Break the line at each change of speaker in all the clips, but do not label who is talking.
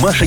Маша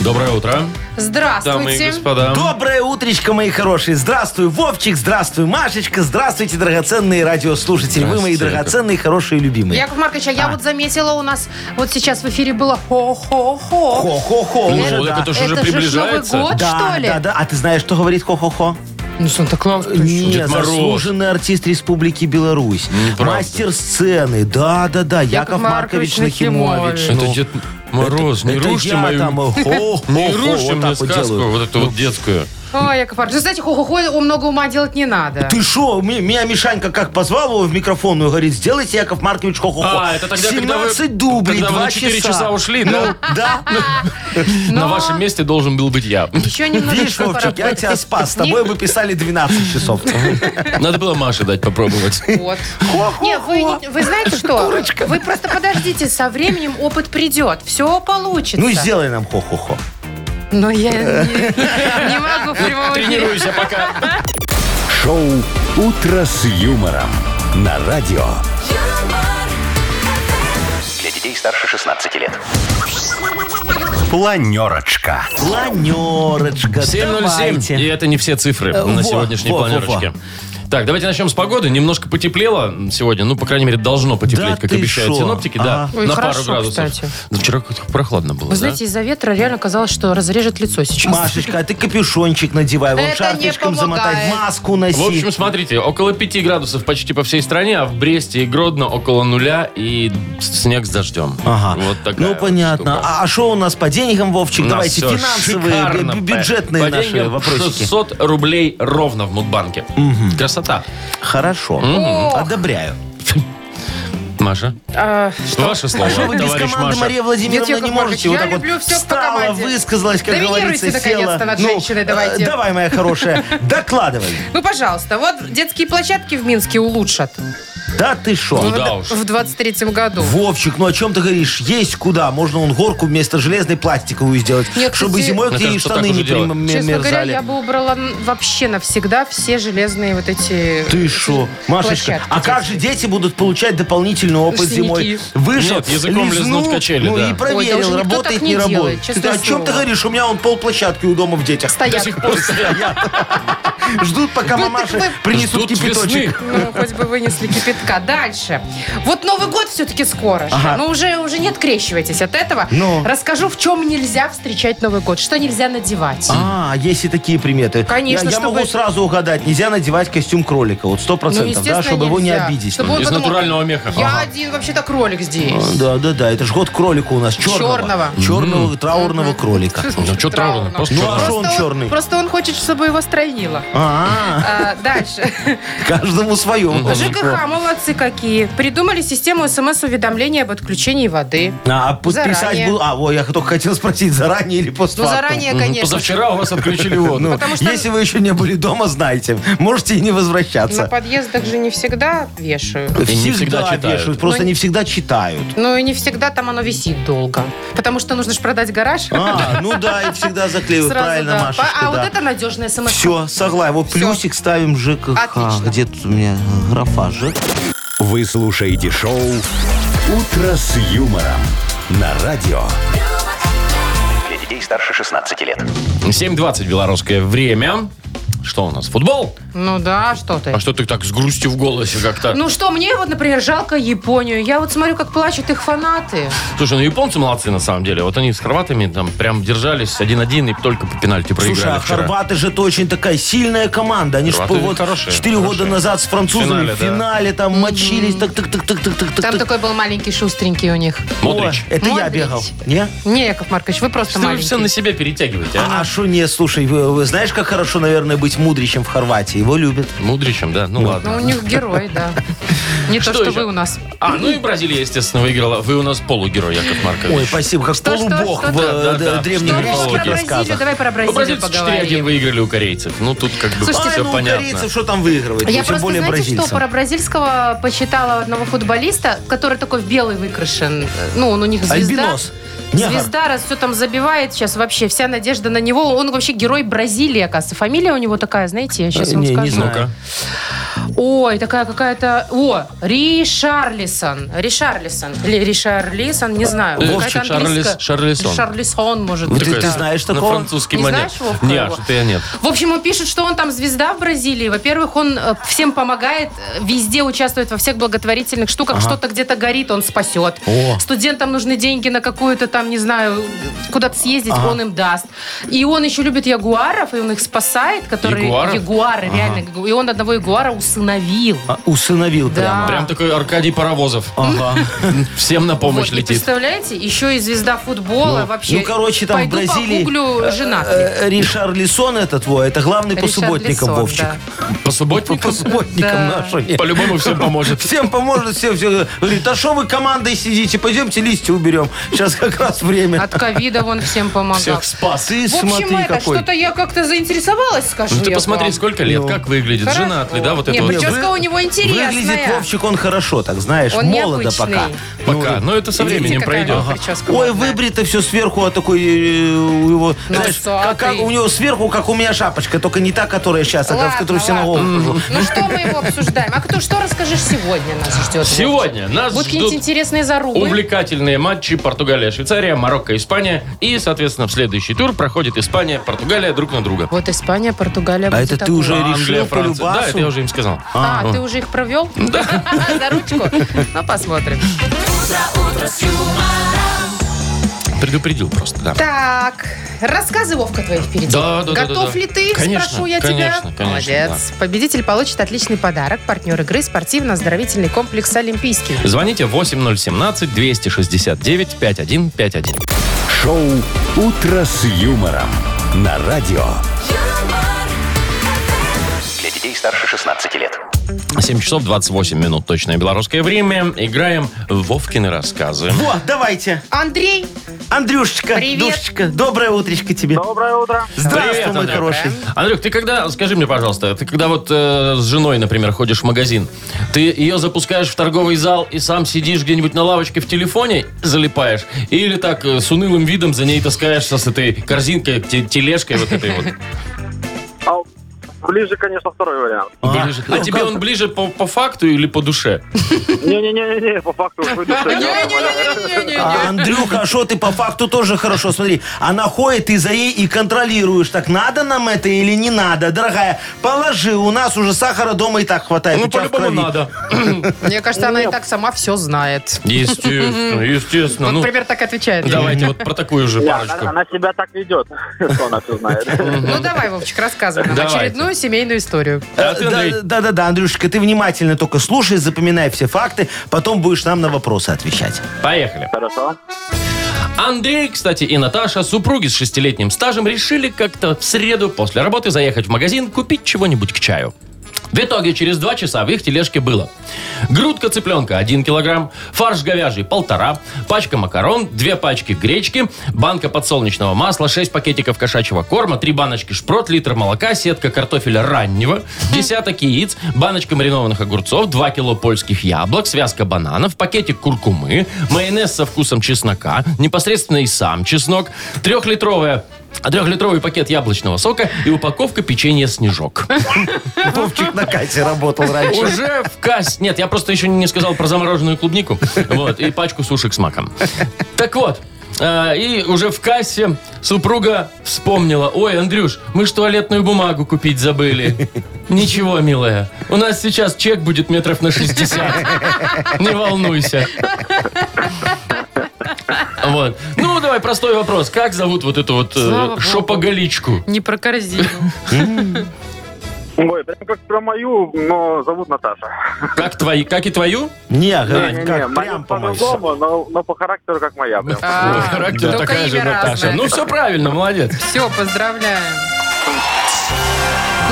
Доброе утро, Ну, дамы и
Здравствуйте.
господа.
Доброе утречко, мои хорошие. Здравствуй, Вовчик, здравствуй, Машечка, здравствуйте, драгоценные радиослушатели. Вы мои
Здравствуйте,
драгоценные, хорошие, любимые.
Яков Маркович, а я вот заметила у нас, вот сейчас в эфире было хо-хо-хо.
Хо-хо-хо.
Ну,
уже,
так
да.
это же уже
Это же
приближается.
Новый год.
Да,
что ли?
да, да. А ты знаешь, что говорит хо-хо-хо?
Ну, Санта-Клаус.
Не,
Дед Мороз.
заслуженный артист Республики Беларусь.
Неправда.
Мастер сцены. Да, да, да. Яков, Маркович Нахимович.
Это
Ну,
Дед Мороз, не
это
рушьте
я
мою...
там, э, хо-хо-хо,
Не
вот
рушьте мне
так вот
сказку,
делаю.
вот Ну, эту вот детскую.
Ой, Яков Маркович, ну, знаете, хо-хо-хо о, много ума делать не надо.
Ты шо? Ми- Меня Мишанька как позвал его в микрофонную, говорит, сделайте, Яков Маркович, хо-хо-хо.
А, это тогда,
17
когда вы-
дублей,
когда вы на
2
4 часа ушли, да?
Да.
Ну,
На вашем месте должен был быть я.
Еще немного
Видишь, Вовчик, я тебя спас. С тобой бы писали 12 часов.
Надо было Маше дать попробовать.
Вот.
Ну
Не, вы, не- вы знаете что? Вы просто подождите, со временем опыт придет. Все получится.
Ну, сделай нам хо-хо-хо.
Но я не, не могу в прямом эфире.
Тренируйся пока.
Шоу «Утро с юмором» на радио. Для детей старше 16 лет. Планерочка.
Планерочка,
7.07. И
давайте.
это не все цифры
Э,
на
во,
сегодняшней
во, во,
планерочке. Так, давайте начнем с погоды. Немножко потеплело сегодня. Ну, по крайней мере, должно потеплеть,
Да
как
ты
обещают
шо?
синоптики. Да,
Ага.
Ой,
на пару
хорошо,
градусов.
кстати.
Ну, Вчера как-то прохладно было,
Вы
да?
знаете, из-за ветра реально казалось, что разрежет лицо сейчас.
Машечка, а ты капюшончик надевай, вон
Это
шарфичком
не помогает.
замотай, маску
В общем,
носи.
смотрите, около 5 градусов почти по всей стране, а в Бресте и Гродно около нуля и снег с дождем.
Ага.
Вот такая
ну,
вот
понятно.
штука.
а что у нас по деньгам, Вовчик?
У нас
Давайте
всё
финансовые,
шикарно.
бю- бюджетные
По
наши
деньгам
вопросики.
600 рублей ровно в Мудбанке. Красота.
Хорошо. Одобряю.
Маша,
А,
ваше слово,
А что вы без
товарищ
команды,
Маша.
Мария
Нет,
Владимировна,
Яков
не
Маркович,
можете?
я
вот так
люблю
вот
всех по
встала,
команде.
высказалась, как
Доминируйте,
говорится, села.
наконец-то, над
Ну,
женщиной,
э,
давайте.
Давай, моя хорошая, докладывай.
Ну, пожалуйста, вот детские площадки в Минске улучшат.
Да ты шо?
Ну да
в,
уж.
в 23-м году.
Вовчик, ну о чем ты говоришь? Есть куда. Можно он горку вместо железной пластиковую сделать,
Нет,
чтобы
кстати,
зимой к
Мне
ней
кажется,
штаны
так
не
уже делают.
примерзали.
Честно говоря, я бы убрала н- вообще навсегда все железные вот эти...
Ты шо, Машечка,
площадки
а как же дети будут получать дополнительный опыт
Синяки.
зимой? Вышел,
Нет, языком
лизнул,
лизнут качели,
ну
да.
Ой, да
и
уже
проверил,
никто
работает,
так
не,
не делает,
работает.
честное
Ты о чем
слово.
ты говоришь? У меня он полплощадки у дома в детях.
Стоят.
До сих пор стоят.
Ждут, пока
Ну,
мамаши
так вы-
принесут
Ждут весны.
кипяточек.
Ну, хоть бы вынесли кипятка. Дальше. Вот Новый год все-таки скоро. же.
Ага.
Ну, уже, уже не открещивайтесь от этого.
Ну.
Расскажу, в чем нельзя встречать Новый год. Что нельзя надевать.
А, есть и такие приметы.
Конечно,
Я, я
чтобы- Ну,
могу сразу угадать. Нельзя надевать костюм кролика. Вот сто процентов, да,
естественно,
чтобы его не
нельзя.
обидеть.
Чтобы он
Из
подумал,
натурального меха.
Я
Ага.
один вообще-то кролик здесь.
Ну, А, Да, да, да. Это ж год кролика у нас. Черного.
Черного.
Черного траурного кролика.
Ну, что травно?
Траурно.
Просто
Ну,
чё
а
травно?
что он
Просто
черный?
Просто он хочет, чтобы его стройнило.
А,
А, дальше.
каждому свое.
ЖКХ, молодцы какие. Придумали систему смс-уведомления об отключении воды.
А подписать
Заранее.
буду. А, ой, я только хотел спросить, заранее или
Ну,
постфактум.
заранее, конечно.
Позавчера у вас отключили воду.
Ну,
Потому что-
Если вы еще не были дома, знайте. Можете и
На
не
Ну,
возвращаться.
подъездах же не всегда вешают.
И не всегда читают.
вешают, просто
Ну,
не всегда читают.
Ну и не всегда там оно висит долго. Потому что нужно же продать гараж.
А, ну да, и всегда заклеивают.
Сразу,
Правильно,
да.
Машечка,
А вот
да.
это надежная смс.
Все, согласен. Вот
Всё.
плюсик ставим ЖКХ.
Отлично.
Где тут у меня графа ЖКХ?
Вы слушаете шоу «Утро с юмором» на радио. Для детей старше 16 лет.
7.20 белорусское время. Что у нас? Футбол?
Ну да, что ты.
А что ты так с грустью в голосе как-то?
Ну что, мне вот, например, жалко Японию. Я вот смотрю, как плачут их фанаты.
Слушай, ну японцы молодцы на самом деле. Вот они с хорватами там прям держались 1-1 и только по пенальти проиграли
Слушай, а
вчера.
хорваты же это очень такая сильная команда. Они же
Хорваты
вот
хорошие,
4
хорошие.
года назад с французами
В финале,
в финале там мочились. Так, так, так, так, так, так,
Там
так.
такой был маленький шустренький у них.
Модрич.
О, Это я
Модрич.
бегал. Не?
Не, Яков Маркович, вы просто
Что вы
маленький.
все на себя перетягиваете, а?
А шо не, слушай, вы, вы знаешь, как хорошо, наверное, быть мудричем в Хорватии? Его любят.
Мудричем, да? Ну,
Ну, у
ладно.
них герой, да. Не то,
Что
что
еще?
вы у нас.
А, ну и Бразилия, естественно, выиграла. Вы у нас полугерой, Яков Маркович.
Ой, спасибо, как
Что, что,
полубог
что,
в
да,
э,
да,
д-
да.
древних
Что,
Что
Мифология.
про
греческих
Бразилию?
сказках.
Давай про
Ну,
Бразилию
бразильцы 4-1
поговорим.
выиграли у корейцев. Ну, тут как бы
Слушайте,
все
Ой, ну,
понятно.
корейцев что там выигрывает?
Я
Ну, тем
просто,
более
знаете,
бразильцам.
что про Бразильского почитала одного футболиста, который такой в белый выкрашен. Ну, он у них звезда.
Альбинос. а? Негр.
Звезда, раз все там забивает сейчас вообще, вся надежда на него. Он вообще герой Бразилии, оказывается. Фамилия у него такая, знаете, я сейчас
Э,
вам
не, не
скажу.
знаю.
Ну-ка.
Ой, такая какая-то... О, Ришарлисон. Ришарлисон. Или Ришарлисон, не знаю.
Э,
Какая-то
Шарлиз-
английская-
Шарлисон.
Шарлисон, может
Вот
быть.
Ты-
Такая
ты
да.
знаешь
на
такого?
французский
Не
манер.
знаешь, Вовка,
Не,
его?
что-то я нет.
В общем, он пишет, что он там звезда в Бразилии. Во-первых, он э, всем помогает, э, везде участвует во всех благотворительных штуках. Что-то где-то горит, он спасет.
О.
Студентам нужны деньги на какую-то там, не знаю, куда-то съездить, он им даст. И он еще любит ягуаров, и он их спасает, которые
Ягуаров?
ягуары, реально. И он одного ягуара усыновил.
А, Усыновил
Да.
прямо.
Прям такой Аркадий Паровозов.
Ага.
Всем на помощь
Вот, и
летит.
представляете, еще и звезда футбола вообще.
Ну, короче, там в
Пойду
Бразилии...
погуглю женат ли.
э, э, Ришар Лисон это твой, это главный по субботникам,
Ришарлисон,
Вовчик.
да.
По субботникам?
По субботникам
Да.
нашим.
По-любому всем поможет.
Всем поможет, всем все. Говорит, а что вы командой сидите? Пойдемте листья уберем. Сейчас как раз время.
От ковида вон всем помогал.
Всех спас.
Ты
В общем,
смотри
это
какой.
что-то я как-то заинтересовалась, скажу
Ну ты
я
посмотри,
вам.
сколько лет, как выглядит,
Хорошо.
женат ли, да, вот
Не,
это вот.
причем- Прическа у него интересная.
Выглядит Вовчик он хорошо, так знаешь,
Он
молодо
необычный.
пока. Ну,
Пока, но это со
Ну, Видите,
временем
какая
пройдет.
у него прическа
Ой,
модная.
выбрито все сверху, а такой э, у его,
Ну
знаешь,
а
как, как
Носатый.
у него сверху, как у меня шапочка, только не та, которая сейчас, а та, в
Ладно,
которую все на голову
ладно.
хожу.
Ну что мы его обсуждаем? А кто что расскажешь сегодня нас ждет? Вовчик?
Сегодня нас
Будут
ждут
какие-нибудь интересные зарубы.
Увлекательные матчи Португалия, Швейцария, Марокко, Испания. И, соответственно, в следующий тур проходит Испания, Португалия друг на друга.
Вот Испания, Португалия.
А
будет
это ты
такое.
уже-
Англия,
решил по
Франция. Да,
любасу?
это я уже им сказал.
А, ты уже их провел? За ручку? Ну, посмотрим.
Предупредил просто, да.
Так, рассказы, Вовка, твои впереди.
Да, да, да,
Готов
да, да.
ли ты,
Конечно,
спрошу я
конечно,
тебя?
конечно,
Молодец. Победитель получит отличный подарок. Партнер игры спортивно-оздоровительный комплекс «Олимпийский».
Звоните 8017-269-5151.
Шоу «Утро с юмором» на радио. Для детей старше 16 лет.
7 часов 28 минут точное белорусское время. Играем в Вовкины рассказы.
Во, давайте.
Андрей,
Андрюшечка,
Привет.
душечка, доброе утречко тебе.
Доброе утро.
Здравствуй,
Привет,
мой
Андрюх.
хороший.
Андрюх, ты когда, скажи мне, пожалуйста, ты когда вот э, с женой, например, ходишь в магазин, ты ее запускаешь в торговый зал и сам сидишь где-нибудь на лавочке в телефоне, залипаешь, или так э, с унылым видом за ней таскаешься с этой корзинкой, те- тележкой вот этой вот?
А ближе, конечно, второй вариант.
А,
Ближе. А
ну
тебе
как?
он ближе по, по факту или по душе?
Не-не-не, по факту уж выйду, что я
А, Андрюха, а что ты по факту тоже хорошо, смотри. Она ходит, ты за ней и контролируешь. Так надо нам это или не надо? Дорогая, положи, у нас уже сахара дома и так хватает.
Ну,
у тебя в
по-любому
крови.
надо.
мне кажется, она и так сама все знает.
Естественно, естественно.
Вот,
Ну,
например, так отвечает.
давайте вот про такую же
Я,
парочку.
она, она себя так ведет, что она все знает.
Ну, давай, Вовчик, рассказывай нам
Давайте.
очередную семейную историю.
А ты, Андрей?
Э, Да, да, да, Андрюшечка, ты внимательно только слушай, запоминай все факты, потом будешь нам на вопросы отвечать.
Поехали.
Хорошо.
Андрей, кстати, и Наташа, супруги с шестилетним стажем, решили как-то в среду после работы заехать в магазин купить чего-нибудь к чаю. В итоге через два часа в их тележке было грудка цыпленка 1 килограмм, фарш говяжий полтора, пачка макарон, две пачки гречки, банка подсолнечного масла, 6 пакетиков кошачьего корма, три баночки шпрот, литр молока, сетка картофеля раннего, десяток яиц, баночка маринованных огурцов, 2 кило польских яблок, связка бананов, пакетик куркумы, майонез со вкусом чеснока, непосредственно и сам чеснок, трехлитровая трехлитровый пакет яблочного сока и упаковка печенья «Снежок».
Вовчик на кассе работал раньше.
Уже в кассе. Нет, я просто еще не сказал про замороженную клубнику. Вот, и пачку сушек с маком. Так вот, э, и уже в кассе супруга вспомнила. Ой, Андрюш, мы ж туалетную бумагу купить забыли. Ничего, милая, у нас сейчас чек будет метров на 60. Не волнуйся. Вот. Ну, давай, простой вопрос. Как зовут вот эту вот
Слава
э,
богу.
шопоголичку?
Не про корзину.
Ой, прям как про мою, но зовут Наташа.
Как, твои, как и твою?
Не, говорит,
Не-не-не,
как
мою
прям по-моему.
по-другому, но, но по характеру как моя. Прям.
По
А,
характеру
только
такая же
имя
Наташа.
разное.
Ну, все правильно, молодец.
Все, поздравляем.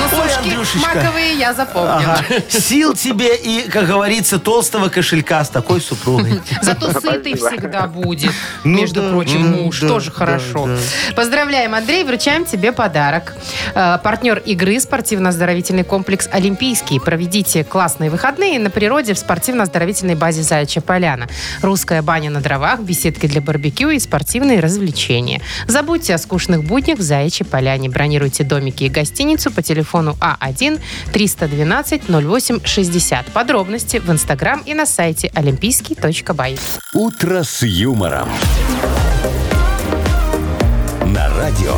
Ну, сушки
Андрюшечка.
маковые я запомнила.
Ага. Сил тебе и, как говорится, толстого кошелька с такой супругой.
Зато сытый всегда будет,
Ну
между
да,
прочим,
да,
муж.
да,
Тоже
да,
хорошо.
да.
Поздравляем, Андрей. Вручаем тебе подарок. Э, Партнер игры спортивно-оздоровительный комплекс «Олимпийский». Проведите классные выходные на природе в спортивно-оздоровительной базе «Заячья поляна». Русская баня на дровах, беседки для барбекю и спортивные развлечения. Забудьте о скучных буднях в «Заячьей поляне». Бронируйте домики и гостиницу по телефону А А1-312-08-60. Подробности в Инстаграм и на сайте олимпийский.бай.
«Утро с юмором». На радио.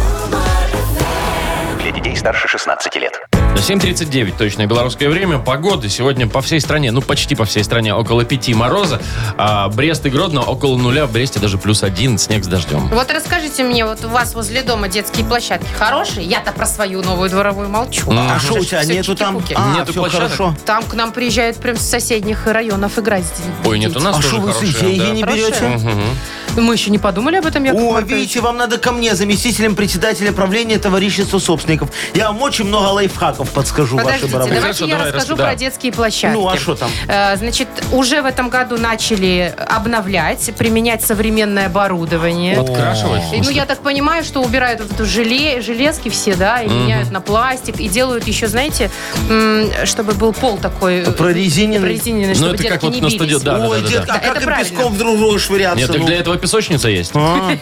Для детей старше 16 лет.
7.39 точное белорусское время. Погода сегодня по всей стране, ну почти по всей стране, около 5 мороза. А Брест и Гродно около нуля. В Бресте даже плюс один, снег с дождем.
Вот расскажите мне, вот у вас возле дома детские площадки хорошие? Я-то про свою новую дворовую молчу.
А
Мгм.
что у тебя
Всё
нету там?
чики-пуки.
А,
Нету
все
площадок?
хорошо.
Там к нам приезжают прям с соседних районов играть. с детьми.
Ой, нет, у нас
А
тоже
что вы
хорошая,
деньги
да.
не
Хорошая.
берете?
Мгм.
Мы еще не подумали об этом, Яков
О,
Маркович.
видите, вам надо ко мне, заместителем председателя правления товарищества собственников. Я вам очень много лайфхаков подскажу ваши
Подождите,
барабаны.
давайте
Хорошо,
я
давай,
расскажу
раз- да.
про детские площадки.
Ну, а что там?
Э, Значит, уже в этом году начали обновлять, применять современное оборудование.
Подкрашивать?
И, Ну, я так понимаю, что убирают вот эту желе, железки все, да, и меняют на пластик, и делают еще, знаете, м, чтобы был пол такой... э,
Прорезиненный.
Прорезиненный,
Ну,
чтобы
это
детки
как вот
не
на
бились.
стадионе, да.
Ой, детка, а
Да, это
как и
правильно.
песком друг в друга
Нет,
швыряться?
так
ну?
для этого песочница есть.
А,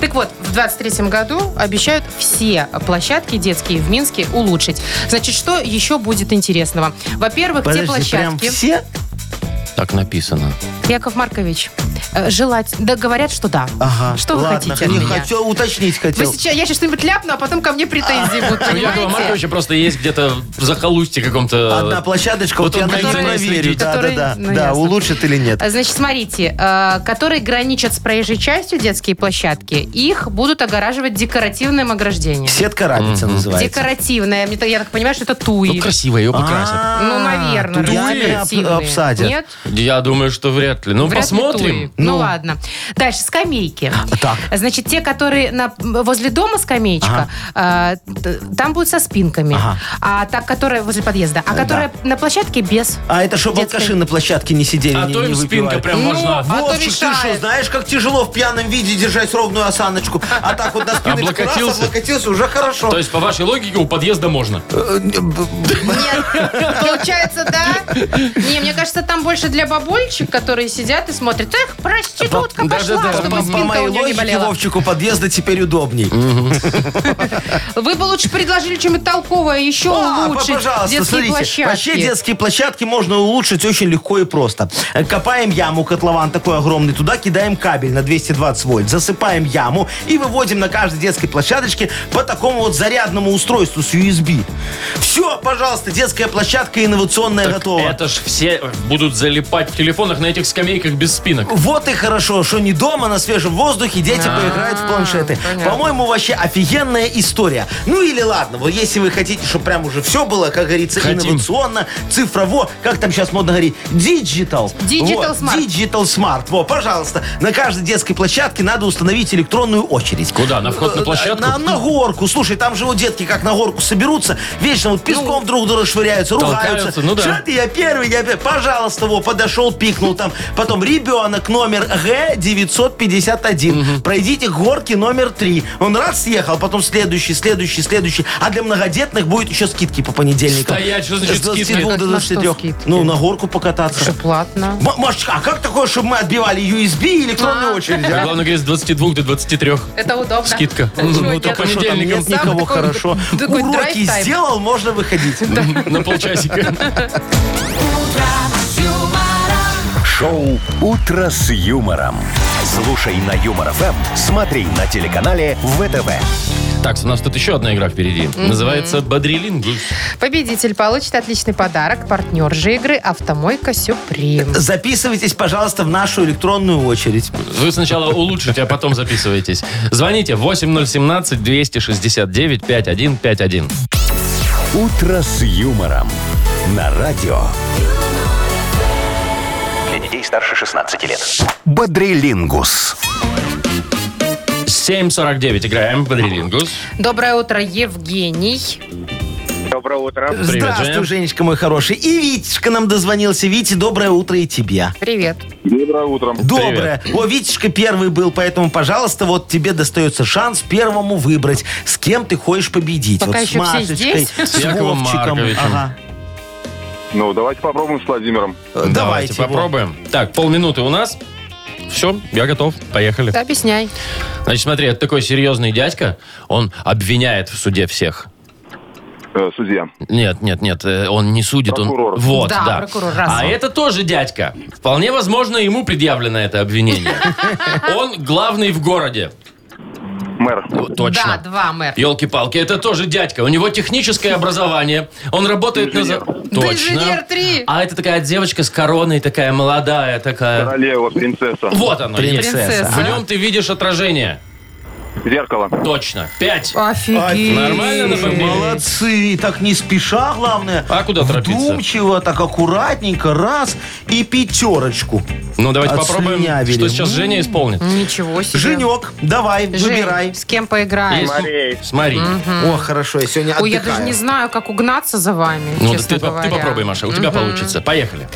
Так вот, в 23 году обещают все площадки детские в Минске улучшить. Значит, что еще будет интересного? Во-первых, те
Подожди, прям
площадки...
все?
Так написано.
Яков Маркович, э, желать... Да, говорят, что да.
Ага.
Что вы
Ладно,
хотите от
не
меня?
хотел, уточнить
Вы
хотел.
сейчас, я сейчас что-нибудь ляпну, а потом ко мне претензии будут,
У Ну, Якова
понимаете?
Марковича просто есть где-то в захолустье каком-то...
Одна площадочка,
Э, Вот
вот, я
он
на нее
который-
проверю.
следит.
Да, да,
который-
да.
ну,
да,
ясно.
улучшит или нет.
А, Значит, смотрите, э, которые граничат с проезжей частью детские площадки, их будут огораживать декоративным
Э,
ограждением.
Сетка рабица называется.
Декоративное. Мне так- Я так понимаю, что это
Ну,
туи.
красиво ее покрасят.
А,
Ну, наверное.
тут ями об-
декоративные.
обсадят.
Нет?
Я думаю, что вряд ли. Ну,
Вряд ли туи.
посмотрим.
Ну.
Ну. А,
ладно. Дальше, скамейки.
Так.
Значит, те, которые на, возле дома скамеечка, э, т- там будут со спинками.
Ага. Э,
А та, которая возле подъезда. А которая на площадке без.
А это чтобы
Детская.
алкаши на площадке не сидели,
А
не,
то
не
им спинка
выпивали.
прям
Ну,
важна.
а то
Вовчик, ты что,
решает.
знаешь, как тяжело в пьяном виде держать ровную осаночку. А так вот на спиночку раз,
Облокотился.
облокотился, уже хорошо.
То есть, по вашей логике, у подъезда можно.
Нет. Получается, да? Не, мне кажется, там больше для бабульчик, которые сидят и смотрят. Эх, проститутка
Да, да,
пошла,
да.
чтобы
По
А спинка
моей
у нее не
логике,
болела.
Вовчику подъезда теперь удобней.
Вы бы лучше предложили что-нибудь толковое, еще
А,
улучшить
пожалуйста,
детские
смотрите. Вообще
площадки.
детские площадки можно улучшить очень легко и просто. Э, Копаем яму, котлован такой огромный, туда кидаем кабель на 220 вольт, засыпаем яму и выводим на каждой детской площадочке по такому вот зарядному устройству с USB. Все, пожалуйста, детская площадка инновационная готова.
Это ж все будут залипать в телефонах на этих скамейках без спинок.
Вот и хорошо, что не дома, на свежем воздухе дети поиграют в планшеты. По-моему, вообще офигенная история. Ну или ладно, вот если вы хотите, чтобы прям уже все было, как говорится,
Хотим.
инновационно, цифрово, как там сейчас модно говорить, digital.
Digital
Вот,
smart.
Digital smart. Во, пожалуйста, на каждой детской площадке надо установить электронную очередь.
Куда, на вход на
Э,
площадку?
На, на горку. Слушай, там же вот детки как на горку соберутся, вечно вот песком друг друга швыряются,
Ну,
ругаются.
толкаются, ну да.
Чё ты, я первый, я первый. Пожалуйста, во, подошел, пикнул там. Потом ребенок номер Г951. Пройдите к горке номер 3. Он раз съехал, потом следующий, следующий, следующий. А для многодетных будет еще скидки по понедельникам.
Стоять, что значит
С 22
скидки?
до
На что
23.
скидки?
Ну, на горку покататься.
Что, платно?
М- Машечка, а как такое, чтобы мы отбивали USB и электронную
А.
очередь? а?
Главное, говорит, с 22 до 23.
Это удобно. А
Скидка.
Чего
Ну,
нет?
то
Только что там
понедельником.
нет никого,
Самый такой
хорошо.
такой
Уроки
драйв-тайм.
сделал, можно выходить.
На полчасика.
Шоу «Утро с юмором». Слушай на Юмор ФМ, смотри на телеканале ВТВ.
Так, у нас тут еще одна игра впереди. Называется «Бодрилингус».
Победитель получит отличный подарок. Партнер же игры «Автомойка Сюприм».
Записывайтесь, пожалуйста, в нашу электронную очередь.
Вы сначала улучшите, а потом записывайтесь. Звоните 8017-269-5151.
«Утро с юмором» на радио.
Для детей старше 16 лет.
Бодрилингус.
7.49 играем в «Бодрилингус».
Доброе утро, Евгений.
Доброе утро.
Привет,
Здравствуй,
Женя.
Женечка, мой хороший. И Витечка нам дозвонился. Витя, доброе утро и тебе.
Привет.
Доброе утро.
Доброе. О, Витечка первый был, поэтому, пожалуйста, вот тебе достается шанс первому выбрать, с кем ты хочешь победить.
Пока
вот
еще
с
все
Машечкой,
здесь.
с
Яковом
Вовчиком.
Марковичем.
Ага.
Ну, давайте попробуем с Владимиром.
Э, Давайте. Вов.
попробуем. Так, полминуты у нас. Все, я готов. Поехали.
Да, объясняй.
Значит, смотри, это такой серьезный дядька. Он обвиняет в суде всех.
Э, судья.
Нет, нет, нет, э, он не судит.
Прокурор.
Он... Вот, да.
Да, прокурор, раз.
А это тоже дядька. Вполне возможно, ему предъявлено это обвинение. Он главный в городе.
Мэр.
Вот, Точно.
Да, два мэр.
Елки-палки, это тоже дядька. У него техническое образование. Он работает на... за-
Да инженер три.
А это такая девочка с короной, такая молодая, такая...
Королева, принцесса.
Вот оно есть.
Принцесса.
А.
В нем ты видишь отражение.
Зеркало.
Точно. Пять.
А. Офигеть.
Нормально
Ой,
напомнили?
Молодцы, так не спеша, главное.
А куда торопиться?
Вдумчиво, так аккуратненько, раз, и пятерочку.
Ну, давайте попробуем,
Отслюнявили.
что сейчас Женя исполнит.
Ничего себе.
Женек, давай,
Жень,
выбирай.
с кем поиграешь?
Марей.
Смотри.
О, хорошо, я сегодня
Ой, я
отдыхаю.
даже не знаю, как угнаться за вами,
Ну, да
честно
ты, по- ты
говоря.
попробуй, Маша, у тебя
Мгм.
получится. Поехали.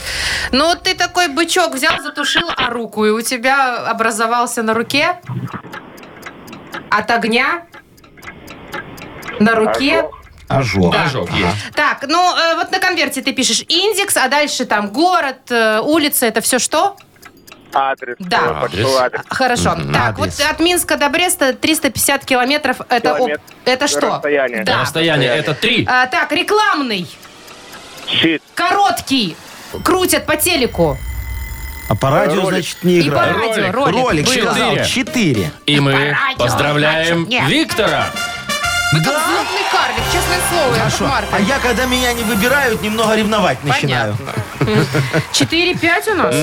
Ну, вот ты такой бычок взял, затушил, а руку, и у тебя образовался на руке от огня на руке.
Ожог.
Ожог есть.
Так, ну э, вот на конверте ты пишешь индекс, а дальше там город, э, улица, это все что?
Адрес.
Да.
Адрес.
Хорошо. Так,
Адрес.
вот от Минска до Бреста 350 километров. Это, о-
Километр.
это что?
Расстояние.
Да.
Расстояние это три.
А, так, рекламный,
Щит.
короткий, крутят по телеку.
А по радио,
Ролик.
значит, не
И по
играет.
радио,
Ролик.
ролик.
Ролик,
Было.
сказал,
Четыре.
четыре.
И мы
радио,
поздравляем
значит, нет.
Виктора.
Вы как злобный карлик, честное слово, Яков
Хорошо. А
Маркович.
я, когда меня не выбирают, немного ревновать начинаю.
Понятно. 4-5 у нас?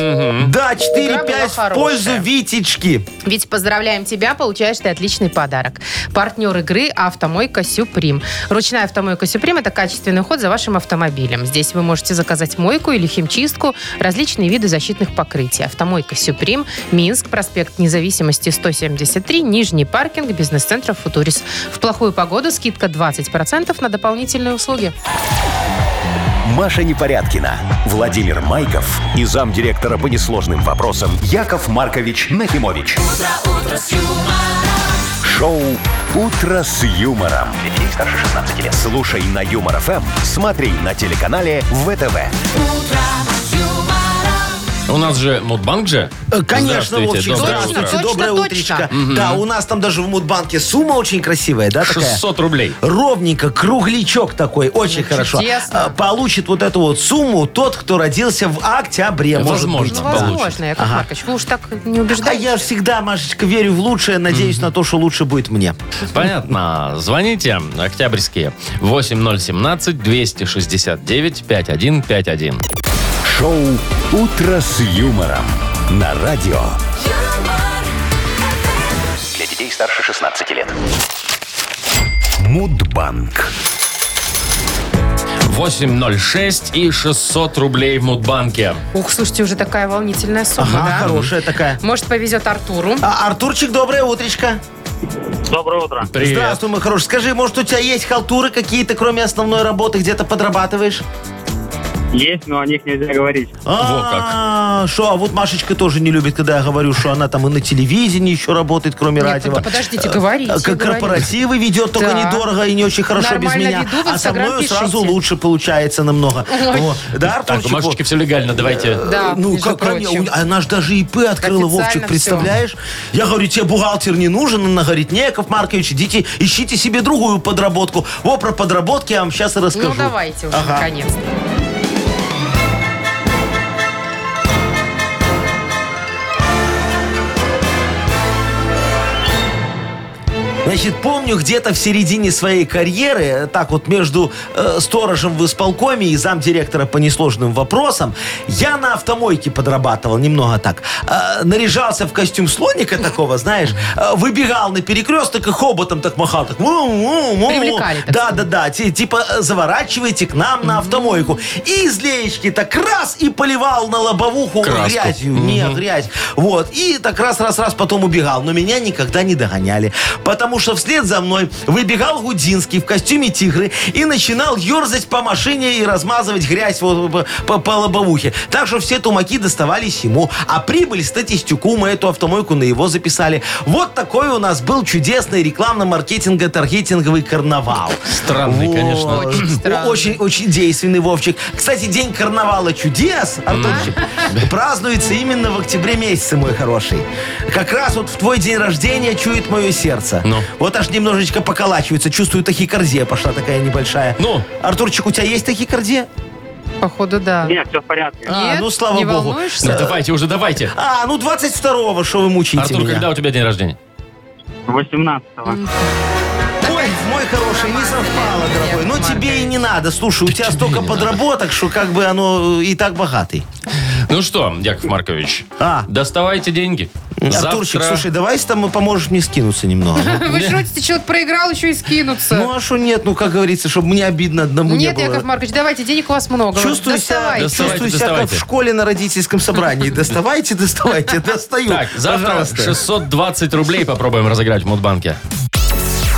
Да,
Игра была
4-5 в
хорошая.
пользу Витечки.
Ведь поздравляем тебя, получаешь ты отличный подарок. Партнер игры «Автомойка Сюприм». Ручная «Автомойка Сюприм» — это качественный уход за вашим автомобилем. Здесь вы можете заказать мойку или химчистку, различные виды защитных покрытий. «Автомойка Сюприм», Минск, проспект Независимости, 173, Нижний паркинг, бизнес-центр «Футурис». В плохую погоду скидка 20% на дополнительные услуги.
Маша Непорядкина, Владимир Майков и замдиректора по несложным вопросам Яков Маркович Нахимович. Шоу Утро с юмором.
Для детей старше 16 лет.
Слушай на Юмор ФМ, смотри на телеканале ВТВ.
У нас же Мудбанк же.
Э, Конечно,
Здравствуйте,
Вовчик,
доброе
здравствуйте,
утро.
Точно,
доброе
точно.
утречко. Да, у нас там даже в Мудбанке сумма очень красивая, да, такая?
600 рублей.
Ровненько, круглячок такой, очень хорошо.
чудесно.
А, Получит вот эту вот сумму тот, кто родился в октябре, может быть.
Возможно,
Ну,
получит.
возможно, Яков Маркович, вы уж так не
А
убеждаете.
я всегда, Машечка, верю в лучшее, надеюсь на то, что лучше будет мне.
Понятно. Звоните, октябрьские. 8017-269-5151.
Шоу Утро с юмором на радио.
Для детей старше 16 лет.
Мудбанк.
806 и 600 рублей в Мудбанке.
Ух, слушайте, уже такая волнительная сумма,
А Ага,
да?
хорошая такая.
Может, повезет Артуру.
А, Артурчик, доброе утречко.
Доброе утро.
Привет.
Здравствуй, мой хороший. Скажи, может, у тебя есть халтуры какие-то, кроме основной работы, где-то подрабатываешь?
Есть, но о них нельзя говорить.
А, Что, а вот Машечка тоже не любит, когда я говорю, что она там и на телевидении еще работает, кроме
Нет,
радио.
под- подождите, говорите,
А, Как
говорите.
корпоративы ведет, только
Да.
недорого и не очень хорошо
Нормально
без меня.
веду, в
а со
Инстаграм
мною
пишите.
сразу лучше получается намного. О, Да,
Так, у
Артурчик?
Машечки все легально, давайте.
Да,
Ну,
между
как
прочим.
они- она же даже ИП открыла,
Официально
Вовчик,
всё.
представляешь? Я говорю, тебе бухгалтер не нужен? Она говорит, не, Яков Маркович, идите, ищите себе другую подработку. Во, про подработки я вам сейчас и расскажу.
Ну, давайте уже,
Ага.
наконец-то.
Значит, помню, где-то в середине своей карьеры, э, так вот между э, сторожем в исполкоме и замдиректора по несложным вопросам, я на автомойке подрабатывал, немного так. Э, наряжался в костюм слоника такого, знаешь, э, выбегал на перекресток и хоботом так махал. Так, «Му-му-му-му».
Привлекали, так
Да, да, да. ти- Типа, э, заворачивайте к нам на автомойку. И из леечки так раз и поливал на лобовуху
Краску.
грязью. Не, грязь. Вот. И так раз-раз-раз потом убегал. Но меня никогда не догоняли. Потому потому что вслед за мной выбегал Гудинский в костюме тигры и начинал ерзать по машине и размазывать грязь вот по, по- по лобовухе. Так что все тумаки доставались ему. А прибыль статистику мы эту автомойку на его записали. Вот такой у нас был чудесный рекламно-маркетинго-таргетинговый карнавал.
Странный,
Вот.
конечно.
Очень странно.
Очень, очень действенный, Вовчик. Кстати, День карнавала чудес, Антончик, празднуется именно в октябре месяце, мой хороший. Как раз вот в твой день рождения чует мое сердце.
Ну.
Вот аж немножечко поколачивается, чувствую тахикардия пошла такая небольшая.
Ну?
Артурчик, у тебя есть тахикардия?
Походу, да.
Нет, все в порядке.
А,
Нет?
ну, слава
не
богу.
Ну,
волнуешься?
давайте уже, давайте.
А, ну 22-го, что вы мучаете
Артур,
меня?
когда у тебя день рождения?
А.
18-го.
Ой, мой хороший, не совпало, дорогой. Но тебе и не надо. Слушай, у тебя столько подработок, что как бы оно и так богатый.
Ну что, Яков Маркович,
А.
доставайте деньги.
Артурчик,
Завтра-
слушай, давай если там мы поможешь мне скинуться немного. ну.
Вы шутите, человек проиграл, еще и
Ну
скинуться.
а что нет, ну как говорится, чтобы мне обидно одному не
Нет,
было.
Яков Маркович, давайте, денег у вас много.
Чувствую себя,
Доставайте.
Доставайте,
чувствую себя как
доставайте.
в школе на родительском собрании. Доставайте, доставайте, достаю.
Так, завтра
ну, Пожалуйста.
620 рублей попробуем разыграть в Мудбанке.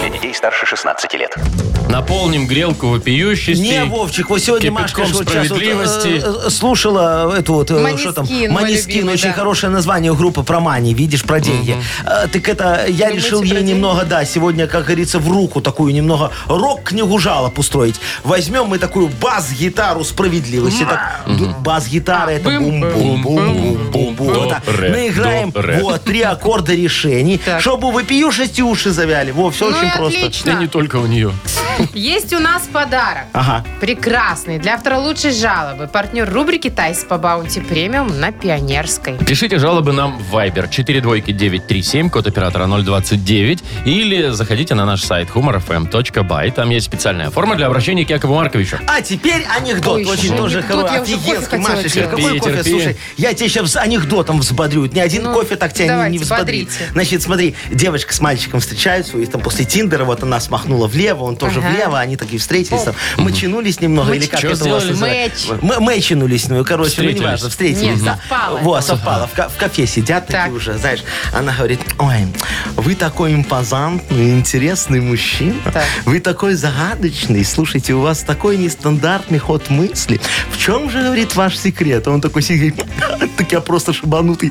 Для детей старше 16 лет.
Наполним грелку вопиющести.
Не, Вовчик, вот сегодня
кипятком
Машка ж вот сейчас вот,
справедливости.
э, э, слушала эту вот, э, что там,
Måneskin, мой любимый,
очень
да.
хорошее название группы про мани, видишь, про деньги. Э, так это, я
Думаете,
решил
про
ей
деньги?
немного, да, сегодня, как говорится, в руку такую немного рок-книгу жалоб устроить. Возьмем мы такую бас-гитару справедливости. Так, ду- Бас-гитара это
Бым,
бум-бум-бум-бум-бум. Вот так.
Добре,
Наиграем,
добре.
вот, три аккорда решений,
Так.
чтобы выпиюшести уши завяли. Во, все
Ну и
очень
Да
просто.
не
отлично.
только у нее.
Есть у нас подарок.
Ага.
Прекрасный. Для автора лучшей жалобы. Партнер рубрики «Тайс по баунти премиум» на Пионерской.
Пишите жалобы нам в Viber 42937, код оператора 029, или заходите на наш сайт humorfm.by. Там есть специальная форма для обращения к Якову Марковичу.
А теперь анекдот.
Ой,
очень
слушай,
тоже
анекдот,
хороший.
я уже кофе
Офигенский,
хотела
Машечка.
делать.
Какой
Терпи,
кофе?
терпи.
Слушай, я тебя сейчас с анекдотом взбодрю. Ни один
Ну,
кофе так тебя не- не
давайте,
взбодрит.
бодрите.
Значит, смотри, девочка с мальчиком встречаются, и там после Тиндера вот она смахнула влево, он тоже
Ага.
влево, они такие встретились там. Мы чинулись немного, или как
Чё
это у вас
сделали?
называется?
Мэч.
Мы- Мы чинулись, ну, короче, ну,
Встретились.
неважно, встретились.
Нет,
да.
совпало.
Во, совпало. В ка- В кафе сидят
Так.
такие уже, знаешь. Она говорит, ой, вы такой импозантный, интересный мужчина.
Так.
Вы такой загадочный. Слушайте, у вас такой нестандартный ход мысли. В чем же, говорит, ваш секрет? А Он такой сидит, говорит, так я просто шибанутый.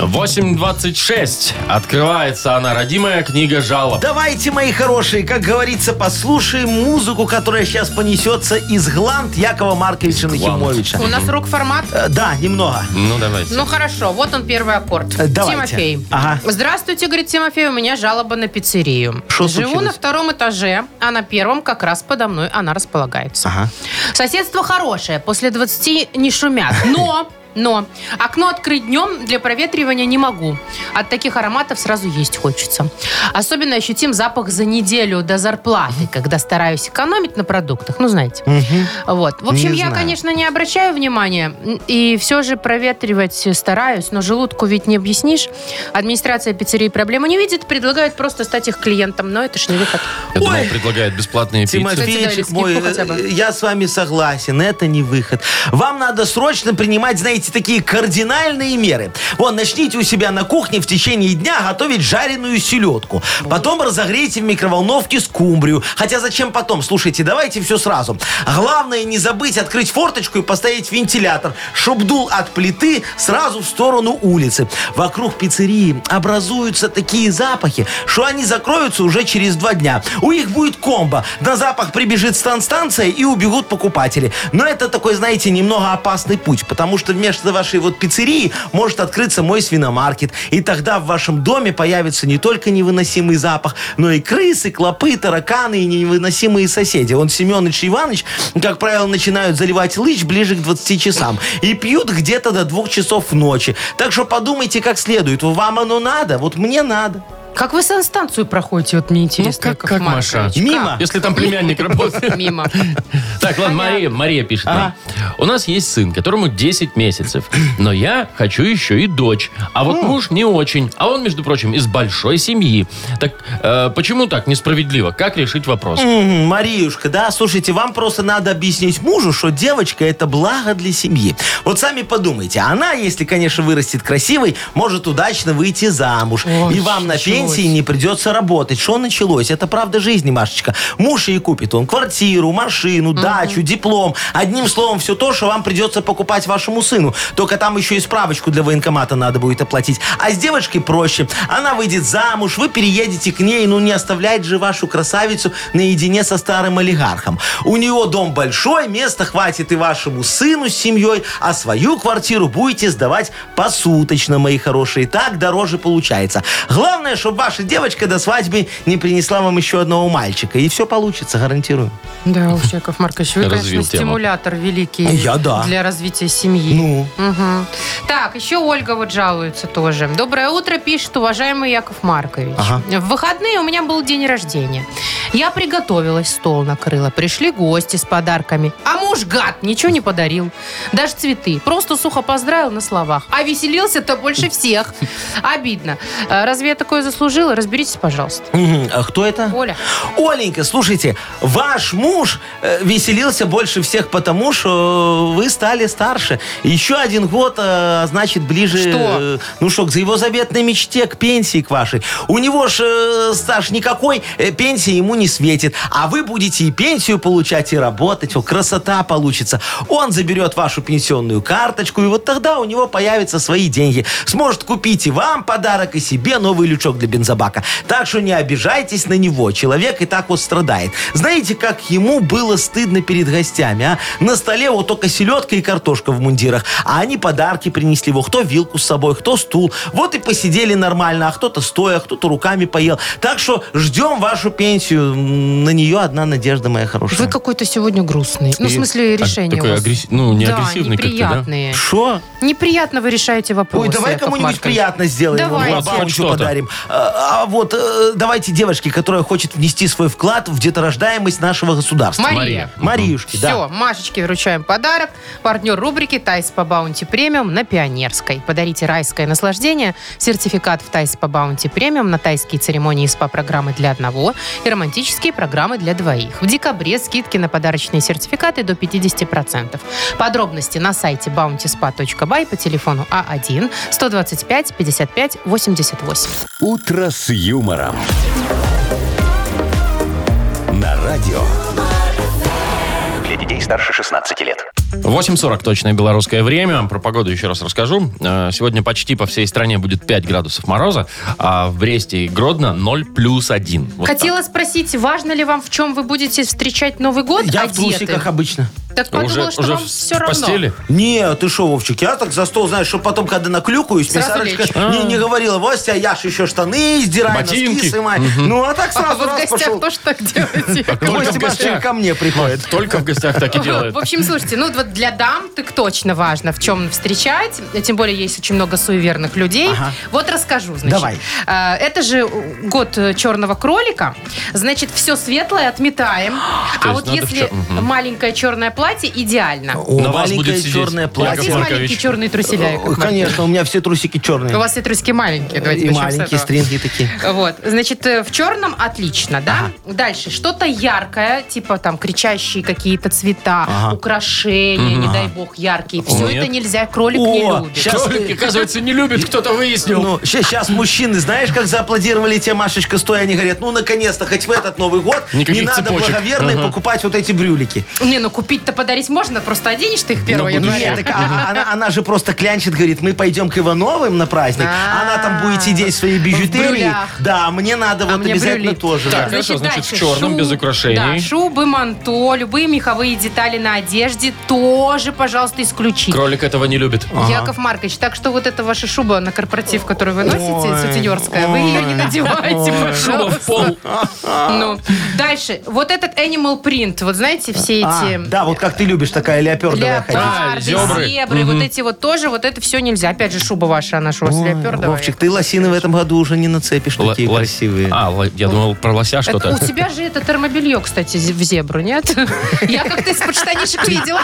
8.26. Открывается она, родимая книга жалоб.
Давайте, мои хорошие, как говорится, послушаем музыку, которая сейчас понесется из гланд Якова Марковича
гланд.
Нахимовича.
У нас рок-формат.
Э, Да, немного.
Ну, давайте.
Ну хорошо, вот он первый аккорд.
Э, давайте.
Тимофей.
Ага.
Здравствуйте, говорит Тимофей, у меня жалоба на пиццерию.
Шо
Живу
случилось?
на втором этаже, а на первом как раз подо мной она располагается.
Ага.
Соседство хорошее, после 20 не шумят. Но, но, окно открыть днем для проветривания не могу. От таких ароматов сразу есть хочется. Особенно ощутим запах за неделю до зарплаты, когда стараюсь экономить на продуктах. Ну, знаете. Вот. В общем,
Не
я,
знаю.
конечно, не обращаю внимания. И все же проветривать стараюсь, но желудку ведь не объяснишь. Администрация пиццерии проблему не видит, предлагают просто стать их клиентом. Но это ж не выход.
Я думал,
Ой.
предлагает бесплатные пиццы.
Кстати, да, или
Тимофейчик
скидку
мой,
хотя бы.
э, я с вами согласен, это не выход. Вам надо срочно принимать, знаете, такие кардинальные меры. Вон, начните у себя на кухне в течение дня готовить жареную селедку. Потом разогрейте в микроволновке скумбрию. Хотя зачем потом? Слушайте, давайте все сразу. Главное не забыть открыть форточку и поставить вентилятор, чтоб дул от плиты сразу в сторону улицы. Вокруг пиццерии образуются такие запахи, что они закроются уже через два дня. У них будет комбо. На запах прибежит станстанция и убегут покупатели. Но это такой, знаете, немного опасный путь, потому что вместо вашей вот пиццерии может открыться мой свиномаркет. И тогда в вашем доме появится не только невыносимый запах, но и крысы, клопы, тараканы и невыносимые соседи. Он Семенович и Иваныч, как правило, начинают заливать лыч ближе к 20 часам и пьют где-то до 2 часов ночи. Так что подумайте как следует. Вам оно надо? Вот мне надо.
Как вы санстанцию проходите, вот мне интересно.
Ну, как-
Яков
как,
Маркович.
Маша?
Мимо.
Если там племянник работает.
Мимо.
Так, ладно, Мария, Мария пишет нам.
Ага.
У нас есть сын, которому 10 месяцев, но я хочу еще и дочь. А
Хм.
вот муж не очень. А он, между прочим, из большой семьи. Так э, почему так несправедливо? Как решить вопрос?
Мгм, М-м-м, Мариюшка, да, слушайте, вам просто надо объяснить мужу, что девочка это благо для семьи. Вот сами подумайте, она, если, конечно, вырастет красивой, может удачно выйти замуж.
Ой,
и вам на
началось.
пенсии не придется работать. Что началось? Это правда жизни, Машечка. Муж ей купит он квартиру, машину, дачу, диплом. Одним словом, все то, что вам придется покупать вашему сыну. Только там еще и справочку для военкомата надо будет оплатить. А с девочкой проще. Она выйдет замуж, вы переедете к ней, ну не оставляет же вашу красавицу наедине со старым олигархом. У нее дом большой, места хватит и вашему сыну с семьей, а свою квартиру будете сдавать посуточно, мои хорошие. Так дороже получается. Главное, чтобы ваша девочка до свадьбы не принесла вам еще одного мальчика. И все получится, гарантирую.
Да, уж, Яков Маркович, вы,
Развил
конечно,
тему.
стимулятор великий.
Я да.
Для развития семьи.
Ну,
Мгм. Так, еще Ольга вот жалуется тоже. Доброе утро, пишет уважаемый Яков Маркович.
Ага.
В выходные у меня был день рождения. Я приготовилась, стол накрыла. Пришли гости с подарками. А муж, гад, ничего не подарил. Даже цветы. Просто сухо поздравил на словах. А веселился-то больше всех. Обидно. А Разве я такое заслужила? Разберитесь, пожалуйста.
мгм. А кто это?
Оля.
Оленька, слушайте, ваш муж э, веселился больше всех потому, что вы стали старше. Еще один год, э, значит, ближе...
Что?
э, ну что, к его заветной мечте, к пенсии к вашей. У него ж, э, стаж никакой, э, пенсии ему не светит. А вы будете и пенсию получать, и работать. О, красота получится. Он заберет вашу пенсионную карточку, и вот тогда у него появятся свои деньги. Сможет купить и вам подарок, и себе новый лючок для бензобака. Так что не обижайтесь на него. Человек и так вот страдает. Знаете, как ему было стыдно перед гостями, а? На столе вот только селедка и картошка в мундирах. А они подарки принесли его. Кто вилку с собой, кто стул. Вот и посидели нормально. А кто-то стоя, кто-то руками поел. Так что ждем вашу пенсию. М, На нее одна надежда, моя
Вы
хорошая.
какой-то сегодня грустный. Ну, в
И-
смысле,
а,
решение
такой
у вас.
агресс- ну, не
да,
агрессивный как-то, да?
неприятные.
Что?
Неприятно вы решаете вопросы,
Ой, давай
Яков
кому-нибудь
Маркович.
приятно сделаем.
Давайте.
Вот бабочку
Хоть что-то.
подарим. А, а вот э, давайте девочке, которая хочет внести свой вклад в деторождаемость нашего государства.
Мария.
Мариюшки,
Все,
да.
Машечке вручаем подарок. Партнер рубрики «Тайс по баунти премиум» на Пионерской. Подарите райское наслаждение, сертификат в «Тайс по баунти премиум» на тайские церемонии и СПА-программы для одного и романтические программы для двоих. В декабре скидки на подарочные сертификаты до 50%. Подробности на сайте bountyspa.by по телефону А А1 125 55 88.
«Утро с юмором». На радио.
Для детей старше 16 лет.
8.40 точное белорусское время. Про погоду еще раз расскажу. Э, Сегодня почти по всей стране будет 5 градусов мороза, а в Бресте и Гродно 0 плюс 1. Вот так.
Хотела спросить, важно ли вам, в чем вы будете встречать Новый год?
Я в
одетым?
трусиках обычно.
Так подумала, что
уже
вам
в-
все
в
равно.
постели?
Не, ты шо, Вовчик, я так за стол, знаешь, что потом, когда наклюкаюсь, мне
Сразу
Сарочка
лечь.
не, не говорила, Вася, я ж еще штаны издираю,
А. Ботинки.
носки снимаю. Ну, а так
А
сразу
вы в
раз
гостях
пошел.
тоже так делаете?
Только
Гости
в гостях.
Машечка ко мне приходят.
Только в гостях так и А делают.
В общем, слушайте, ну вот для дам так точно важно, в чем встречать. Тем более есть очень много суеверных людей. Вот расскажу, значит.
Давай.
Э, Это же год э, черного кролика. Значит, все светлое отметаем.
То
А
есть
вот
надо в
если
чёр- мгм.
маленькое черное платье, идеально. А
О,
На вас
маленькое
будет сидеть
черное
Яков
У вас
платье.
есть
Маркович.
маленькие черные труселя? Яков
Э,
Маркович?
Конечно, у меня все трусики черные.
У вас и трусики маленькие. Давайте
И
начнем с
маленькие
этого.
стринги такие.
Вот, значит, э, в черном отлично, да? Дальше что-то яркое, типа там кричащие какие-то цвета,
Ага.
украшения, не дай бог яркие. Все
Нет.
это нельзя, кролик не
О,
любит.
щас-
Кролики, оказывается, не любит, кто-то выяснил.
Ну, сейчас мужчины, знаешь, как зааплодировали тебе, Машечка, стоя, они говорят, ну, наконец-то, хоть в этот Новый год
Никаких
не надо
цепочек.
благоверной
Ага.
покупать вот эти брюлики.
Не, ну купить-то подарить можно, просто оденешь
Ну,
ты их 1 января.
Нет, так а- а- она, она же просто клянчит, говорит, мы пойдем к Ивановым на праздник,
А-а-а.
она там будет сидеть в своей
А. В
бижутерии.
брюлях. А
Да, мне надо вот
мне
обязательно
брюлик.
тоже.
Так,
да.
хорошо, значит, в чёрном, без украшений.
Да, шубы, манто, любые меховые детали на одежде тоже, пожалуйста, исключите.
Кролик этого не любит.
Яков Маркович, так что вот эта ваша шуба на корпоратив, которую вы носите,
Ой,
сутенерская, вы ее не надеваете,
Шуба в
пожалуйста.
А.
пол.
Ну, дальше. Вот этот animal print, вот знаете, все
А,
эти...
да, вот как ты любишь, такая леопердовая ходить.
А,
Леопарды,
зебры.
зебры, вот эти вот тоже, вот это все нельзя. Опять же, шуба ваша, она же у вас
Ой,
леопардовая.
Вовчик, ты лосины в этом году уже не нацепишь,
Л-
такие
лось-
красивые.
А, л- я думал про лося
Это
что-то.
у тебя же это термобелье, кстати, з- в зебру, нет? Я как-то из-под штанишек видела.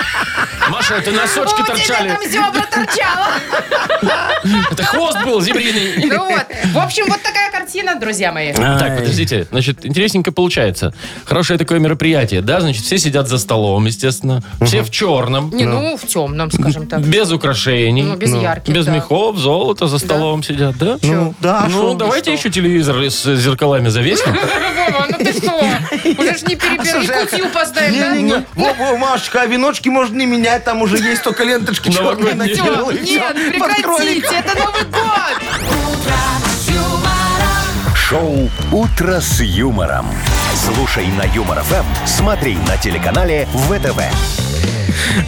Маша, это носочки
У тебя
торчали.
там зебра торчала.
Это хвост был зебриный.
Ну вот. В общем, вот такая картина, друзья мои.
Так, подождите. Значит, интересненько получается. Хорошее такое мероприятие, да? Значит, все сидят за столом, естественно. Все в черном.
Не, ну, в темном, скажем так.
Без украшений.
Ну, без ярких,
Без
да.
мехов, золото за столом сидят, да?
Ну, да, а шо,
Ну, давайте еще телевизор с э, зеркалами завесим.
Вова, ну ты что? Уже ж не перебирай.
Слушай, а
И кутью поставим, да? Ну.
Не-не-не. Во, во, Машечка, а веночки можно не менять, там уже есть только ленточки черные
Новогодние.
надела, и всё.
Нет,
Под кролика.
прекратите, это Новый год!
Шоу «Утро с юмором». Слушай на Юмор ФМ, смотри на телеканале ВТВ.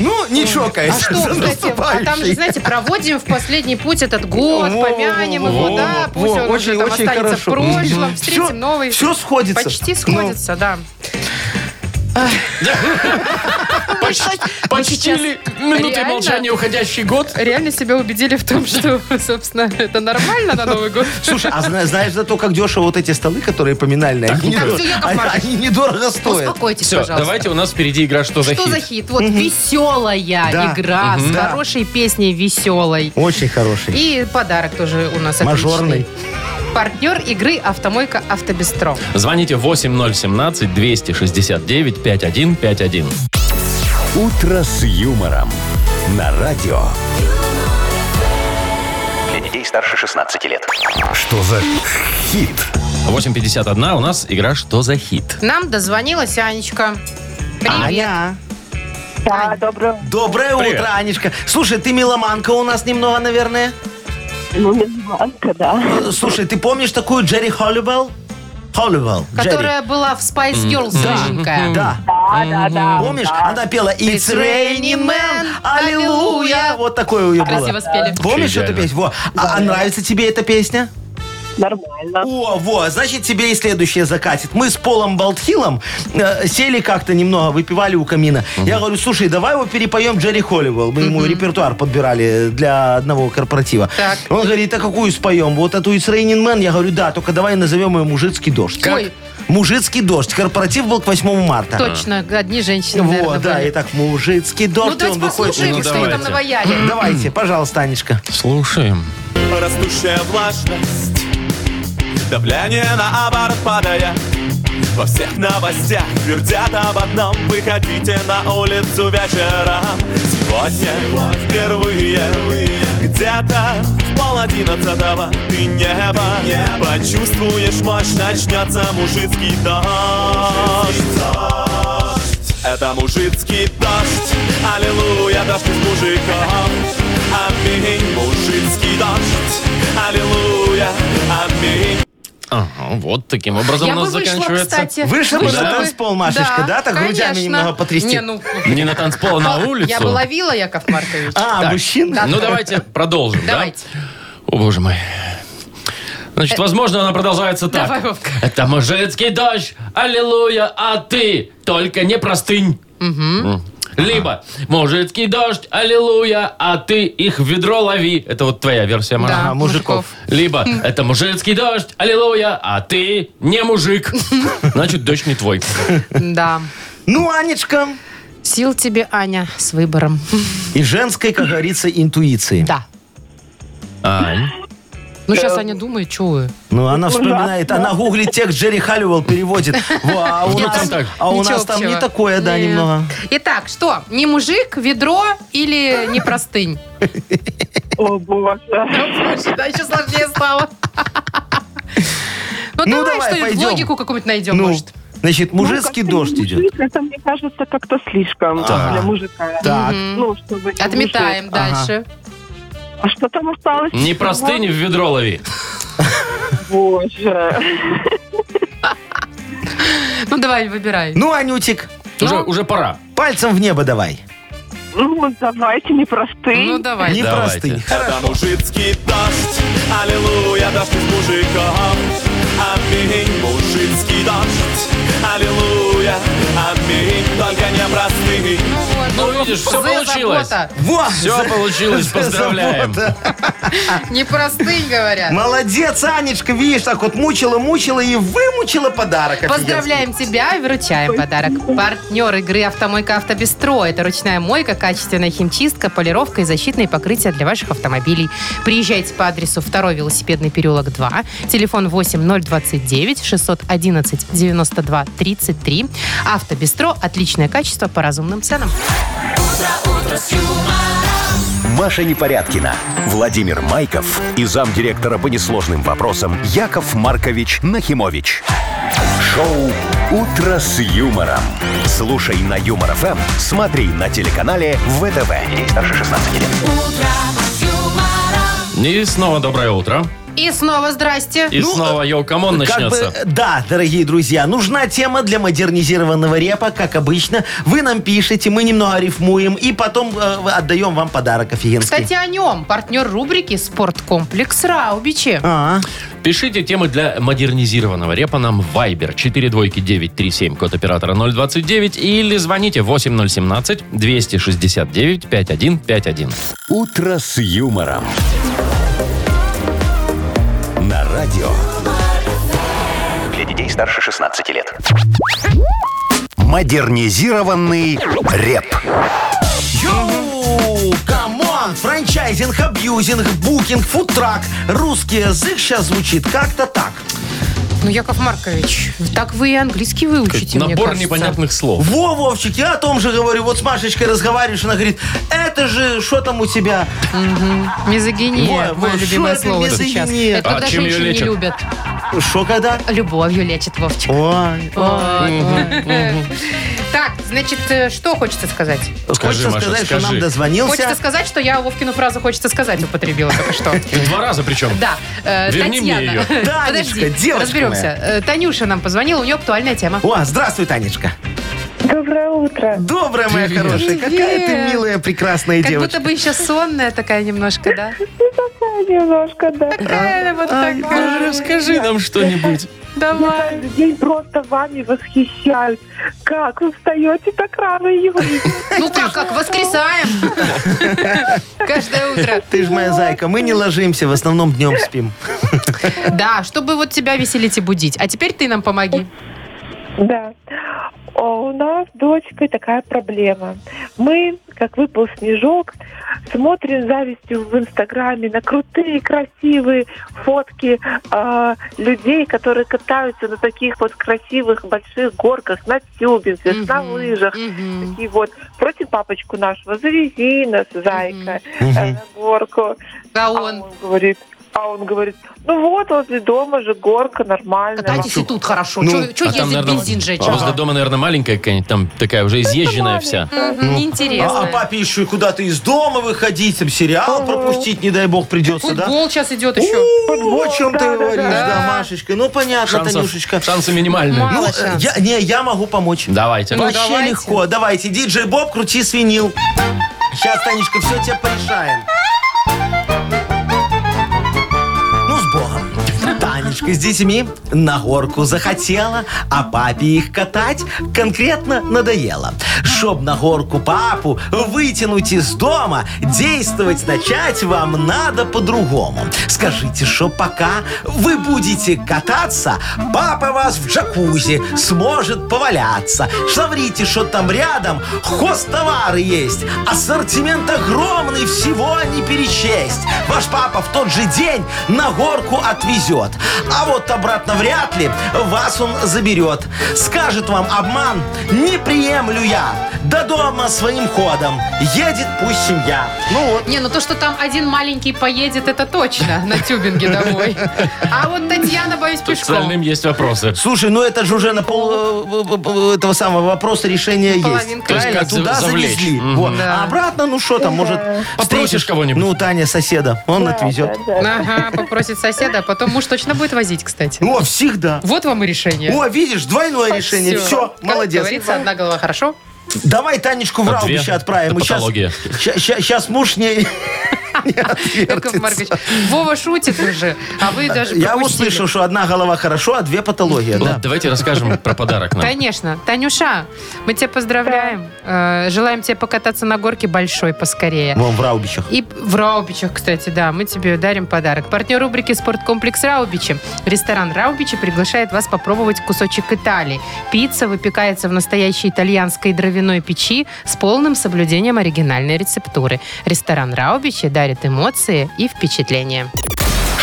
Ну, не
А
чокайся.
что,
за
кстати, а там же,
наступающий.
знаете, проводим в последний путь этот год,
Во,
помянем
во,
его,
во,
да,
во,
пусть он
очень-
уже там
очень
останется в
хорошо.
прошлом,
Мгм. Всё-
встретим новый.
всё сходится.
Почти
Ну.
сходится, да.
Почти почти
сейчас
ли минуты
реально?
молчания уходящий год.
Реально себя убедили в том, что, собственно, это нормально на Новый год.
Слушай, а зна- знаешь зато, как дешево вот эти столы, которые поминальные? они,
так
недорого-
всё, Яков
они-
Маркович.
они недорого стоят.
Успокойтесь,
Все,
пожалуйста.
давайте у нас впереди игра «Что за
Что за
хит?».
хит? Вот веселая
Да.
игра с
Да.
хорошей песней веселой.
Очень хороший.
И подарок тоже у нас отличный.
Мажорный.
Партнер игры «Автомойка Автобестро».
Звоните 8017-269-5151.
«Утро с юмором» на радио.
Для детей старше 16 лет.
Что за хит?
8.51 у нас игра «Что за хит?».
Нам дозвонилась Анечка. Привет.
Аня.
Да, доброе.
Доброе
Привет.
утро, Анечка. Слушай, ты меломанка у нас немного, наверное.
Ну, Миланка, да.
Э, Слушай, ты помнишь такую Джерри Холлибелл? Холлибелл. Джерри.
которая была в Spice Girls рыженькая.
Да.
Да, да, да.
Помнишь, она пела «It's
It's
raining
raining
man,
man,
аллилуйя».
аллилуйя.
Вот такое у нее
Красиво
было.
спели.
Помнишь эту
Идеально.
песню? Во. А, а нравится тебе эта песня?
Нормально.
О, во, значит, тебе и следующее закатит. Мы с Полом Болтхилом э, сели как-то немного, выпивали у камина. Я говорю, слушай, давай его перепоем Джерри Холливелл. Мы ему репертуар подбирали для одного корпоратива.
Так.
Он говорит, а какую споем? Вот эту из Raining Man? Я говорю, да, только давай назовем ее «Мужицкий дождь».
Как? Ой.
«Мужицкий дождь». Корпоратив был к 8 марта.
Точно, одни женщины, наверное,
Вот, да,
были.
и так «Мужицкий дождь».
Ну,
и он
давайте
выходит.
послушаем,
Ну,
что вы там
давайте.
наваяли.
Давайте, пожалуйста, Анечка.
Слушаем.
Растущая влажность Давление наоборот падая Во всех новостях твердят об одном Выходите на улицу вечером Сегодня впервые Где-то в пол одиннадцатого Ты небо Почувствуешь мощь Начнется мужицкий дождь Это мужицкий дождь Аллилуйя, дождь из мужиков Аминь, мужицкий дождь Аллилуйя, аминь
Ага, вот таким образом
Я
у
бы
нас
вышла,
заканчивается.
кстати.
Вышла бы на
бы.
танцпол, Машечка, да? Так грудями
конечно.
немного потрясти.
Не, ну,
Не на танцпол, а на улицу.
я бы ловила, Яков Маркович.
А,
Так,
мужчина?
Ну, давайте продолжим, да?
Давайте.
О, боже мой. Значит,
Э,
возможно, она продолжается так.
Давай, Вовка.
Это мужицкий дождь, аллилуйя, а ты только не простынь. М. Либо мужицкий дождь, аллилуйя, а ты их в ведро лови. Это вот твоя версия, Маша.
Да,
Ага, мужиков.
Либо
Хм.
это мужицкий дождь, аллилуйя, а ты не мужик. Значит, дождь не твой.
мужиков. Да.
Ну, Анечка.
Сил тебе, Аня, с выбором.
И женской, как говорится, интуиции.
Да.
Ань.
Ну, сейчас Аня думает, что вы.
Ну, она вспоминает, она гуглит текст Джерри Халливелл, переводит. Во, А у
Вдруг там
нас,
так?
а у
Ничего
нас там не
общего.
такое, да,
Не.
немного.
Итак, что? Не мужик, ведро или не простынь?
О, боже.
Проще, да, еще сложнее стало. Ну,
Ну,
давай,
давай,
что-нибудь,
пойдем.
логику какую-нибудь найдем,
Ну,
может.
значит, мужицкий
Ну,
дождь
как-то
идет.
мужик, Это, мне кажется, как-то слишком
Так.
для мужика.
Так.
Ну, чтобы не
Отметаем
мужик.
дальше.
А что там осталось?
Не простынь в ведро лови.
Боже.
Ну, давай, выбирай.
Ну, Анютик,
Уже, уже пора.
пальцем в небо давай.
Ну, давайте не простые.
Ну, давай.
Не
Давайте.
простынь.
Это мужицкий дождь, аллилуйя, дождь из мужиков. Аминь, мужицкий дождь, аллилуйя, аминь, только не простынь.
Ну вот,
Ну, видишь, все
За
получилось.
забота.
Во!
Все получилось,
За
поздравляем.
забота.
Непростые, говорят.
Молодец, Анечка, видишь, так вот мучила, мучила и вымучила подарок. офигенский.
Поздравляем тебя и вручаем подарок. Партнер игры «Автомойка Автобестро» – это ручная мойка, качественная химчистка, полировка и защитные покрытия для ваших автомобилей. Приезжайте по адресу 2 велосипедный переулок 2, телефон 8029 611 92 33. «Автобестро» – отличное качество по разумным ценам.
Маша Непорядкина, Владимир Майков и замдиректора по несложным вопросам Яков Маркович Нахимович. Шоу «Утро с юмором». Слушай на Юмор ФМ, смотри на телеканале ВТВ. Ей старше 16 лет.
И снова доброе утро.
И снова здрасте. Ну,
И снова Йоу Камон
Ну, э, Как бы,
начнется.
да, дорогие друзья, нужна тема для модернизированного репа, как обычно. Вы нам пишете, мы немного рифмуем, и потом э, отдаем вам подарок офигенский.
Кстати, о нем. Партнер рубрики «Спорткомплекс Раубичи».
А,
Пишите темы для модернизированного репа нам в Viber 42937, код оператора 029, или звоните 8017-269-5151.
«Утро с юмором». На радио
Для детей старше 16 лет.
«Модернизированный реп».
Йоу, камон, франчайзинг, абьюзинг, букинг, фудтрак. Русский язык сейчас звучит как-то так.
Ну, Яков Маркович, так вы и английский выучите, мне
Набор
кажется.
непонятных слов.
Во, Вовчик, я о том же говорю. Вот с Машечкой разговариваешь, она говорит, это же, что там у тебя?
Мизогиния, мое
Во, во,
любимое
шо это
слово сейчас.
мизогиния?
Это
А
когда
чем её
женщины не
лечат?
любят.
Что когда?
Любовью лечит Вовчик.
Ой,
Ой, ой. Так, значит, э, что хочется сказать?
Скажи,
хочется
Маша,
сказать,
скажи.
что нам дозвонился.
Хочется сказать, что я Вовкину фразу «хочется сказать» употребила только что.
Два раза причем.
Да, э,
Верни мне
Татьяна.
её.
Танечка,
Подожди,
девочка
разберемся. Э, Танюша нам позвонила, у нее актуальная тема.
О, здравствуй, Танечка.
Доброе утро.
Добрая моя
Привет.
хорошая. Какая ты милая, прекрасная
Как
девочка.
будто бы еще сонная такая немножко, да?
Немножко, да.
Такая вот такая.
Ну, Расскажи нам что-нибудь.
Давай.
Каждый день просто вами восхищаюсь. Как вы встаете так рано, Юрий?
Ну как, как воскресаем. Каждое утро.
Ты же моя зайка. Мы не ложимся, в основном днем спим.
Да, чтобы вот тебя веселить и будить. А теперь ты нам помоги.
Да. О, У нас с дочкой такая проблема. Мы, как выпал снежок, смотрим с завистью в Инстаграме на крутые, красивые фотки э, людей, которые катаются на таких вот красивых больших горках, на тюбинге, на
Мгм,
лыжах.
мгм.
И вот, против папочку нашего, завези нас, зайка, э, на горку.
А
А
он?
он говорит, а он говорит, ну вот, возле дома же горка нормальная.
Катайтесь и тут хорошо.
Ну,
Че
А там,
ездить
наверное,
бензин жечь?
возле дома, наверное, маленькая какая-нибудь, там такая уже изъезженная вся.
Мгм,
А, а
Неинтересно.
папе еще и куда-то из дома выходить, там сериал пропустить, не дай бог, придется, да?
Футбол сейчас идет еще.
У, О чем ты
да, да,
говоришь,
да.
да, Машечка? Ну, понятно,
Шансов,
Танюшечка.
шансы минимальные.
Ну,
Мало
э,
шансов.
я- не, я могу помочь.
Давайте.
Ну,
Вообще
давайте.
легко. Давайте, диджей Боб, крути свинил. Сейчас, Танечка, все тебе порешаем. Ну, с Богом. Танечка с детьми на горку захотела, а папе их катать конкретно надоело. Чтоб на горку папу вытянуть из дома, действовать начать вам надо по-другому. Скажите, что пока вы будете кататься, папа вас в джакузи сможет поваляться. Шаврите, что там рядом хозтовары есть, ассортимент огромный, всего не перечесть. Ваш папа в тот же день на горку отвезет, а вот обратно вряд ли вас он заберет. Скажет вам обман, не приемлю я, до дома своим ходом едет пусть семья. Ну вот.
Не, ну то, что там один маленький поедет, это точно на тюбинге домой. А вот Татьяна, боюсь,
Тут с остальным
пешком.
есть вопросы.
Слушай, ну это же уже на пол э, э, э, этого самого вопроса решение есть.
Половинка. То есть
Правильно,
как за-
туда
завлечь.
завезли.
Мгм.
Вот.
Да.
А обратно, ну что там, может,
Попросишь
встретишь
кого-нибудь?
Ну, Таня, соседа, он отвезет.
Ага, попросит соседа, а потом муж точно будет возить, кстати.
О, всегда.
Вот вам и решение.
О, видишь, двойное решение. Все,
Как
молодец.
говорится, одна голова хорошо.
Давай Танечку в
А две?
Раубище отправим.
Это патология.
Сейчас муж не...
Яков Маркович,
отвертится.
Вова шутит уже, а вы даже
Я
пропустили.
услышал, что одна голова хорошо, а две патология.
Ладно,
да.
давайте расскажем про подарок нам.
Конечно. Танюша, мы тебя поздравляем. Э, Желаем тебе покататься на горке большой поскорее.
Вон в Раубичах.
И в Раубичах, кстати, да, мы тебе дарим подарок. Партнер рубрики «Спорткомплекс Раубичи». Ресторан Раубичи приглашает вас попробовать кусочек Италии. Пицца выпекается в настоящей итальянской дровяной печи с полным соблюдением оригинальной рецептуры. Ресторан Раубичи дарит эмоции и впечатления.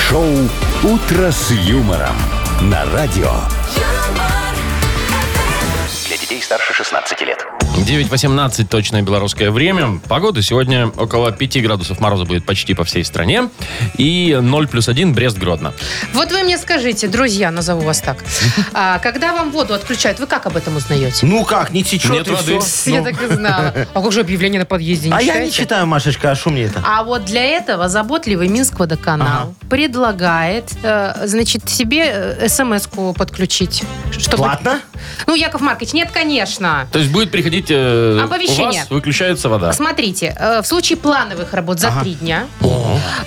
Шоу «Утро с юмором» на радио.
Для детей старше 16 лет.
9.18 точное белорусское время. Погода сегодня около 5 градусов мороза будет почти по всей стране. И 0 плюс 1 Брест-Гродно.
Вот вы мне скажите, друзья, назову вас так. а когда вам воду отключают, вы как об этом узнаете?
Ну как, не течет
Нет
и
воды.
все.
Я так и знала. А как же объявление на подъезде не
Ну. А я не
читаете?
читаю, Машечка, а что мне это?
А вот для этого заботливый Минскводоканал предлагает, э, значит, себе э, смс-ку подключить. Чтобы...
Платно?
Ну, Яков Маркович, нет, конечно.
То есть будет приходить... э,
Оповещение.
У вас выключается вода.
Смотрите, э, в случае плановых работ за три дня,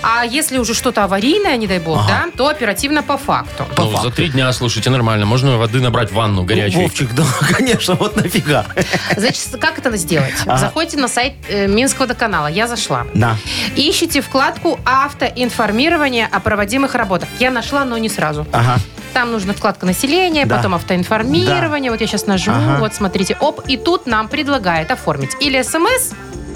а если уже что-то аварийное, не дай бог, да, то оперативно по факту.
Ну, за три дня, слушайте, нормально. Можно воды набрать в ванну горячую.
Ну, Вовчик, да, конечно, вот нафига.
Значит, как это сделать? Заходите на сайт э, Минскводоканала. Я зашла.
На.
Ищите вкладку «Автоинформирование о проводимых работах». Я нашла, но не сразу.
Ага.
Там нужна вкладка населения,
Да.
потом автоинформирование. Вот я сейчас нажму,
Ага.
вот смотрите, оп, и тут нам предлагает оформить или смс,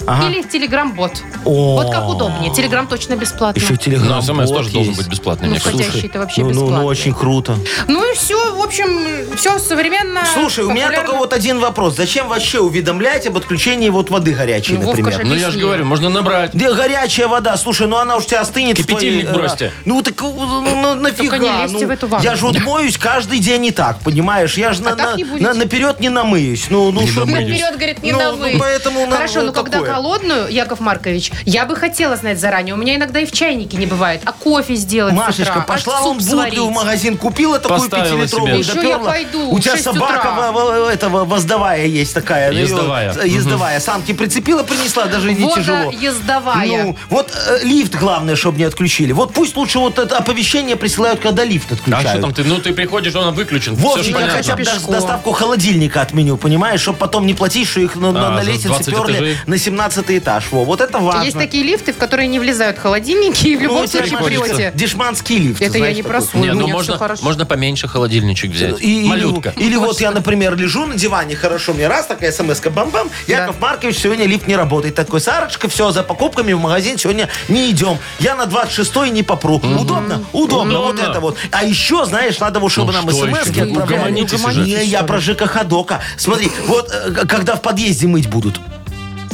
Ага.
или телеграм-бот.
О.
Вот как удобнее. Телеграм точно бесплатно.
Еще
Но
телеграм.
смс тоже должен быть бесплатный,
Ну,
мне кажется.
хотя- Входящий-то Ну. вообще
ну, ну,
бесплатный.
ну, очень круто.
Ну и все, в общем, все современно.
Слушай, у меня
популярно.
только вот один вопрос. Зачем вообще уведомлять об отключении вот воды горячей,
Ну, Вовка
например?
же
Ну, я же
Объясни.
говорю, можно набрать. А
Где горячая вода? Слушай, ну она уж тебя остынет. в твоей,
Кипятильник
э,
бросьте.
Ну так э, ну, нафига?
не лезьте
ну,
в эту ванну. А
Я же вот моюсь каждый день и так, понимаешь? Я же на,
так
на-
не будете.
на- наперед не намыюсь. Ну, ну, что-
намыюсь.
Наперед, говорит, не
Ну,
на
ну,
вы.
поэтому на-
Хорошо,
ну,
но когда
такое.
холодную, Яков Маркович, я бы хотела знать заранее. У меня иногда и в чайнике не бывает. А кофе сделать с утра,
Машечка,
а
пошла
суп
он
сварить.
в магазин, купила такую
Поставила
пятилитровую,
себе.
Еще я
заперла.
пойду,
У
в
тебя
шесть
собака
утра.
во- во- этого воздовая есть такая. её-
Ездовая.
э, Ездовая. Санки прицепила, принесла, даже не
Вода
тяжело.
ездовая.
Ну, вот э, лифт главное, чтобы не отключили. Вот пусть лучше вот это оповещение присылают, когда лифт
А
отключают.
что там ты? Ну, ты приходишь, он выключен. Все
Вовчик,
же
я хотя
понятно.
бы
Пешком.
даже доставку холодильника отменю, понимаешь, чтобы потом не платить, что их на, на-
А,
на
за
лестнице
20
перли
этажей.
на 17 этаж. Во, вот это важно.
Есть такие лифты, в которые не влезают холодильники, и в любом
Ну, это
случае
приходится.
прете.
Дешманский лифт.
Это я
знаешь,
не
такой.
про свой,
Не,
у
ну
меня все
можно,
хорошо.
можно поменьше холодильничек взять.
И-
Малютка.
Или, или вот я, например, лежу на диване, хорошо, мне раз такая смс-ка, бам-бам, Яков Маркович, сегодня лифт не работает. Такой, Сарочка, все, за покупками в магазин сегодня не идем. Я на 26-й не попру. Удобно? Удобно, вот
Удобно.
это вот. А еще, знаешь, надо вот, чтобы
Ну,
нам
что
смс-ки
еще? Вы
отправляли.
угомонитесь уже.
Не, я про ЖКХ Дока. Смотри, вот э, когда в подъезде мыть будут.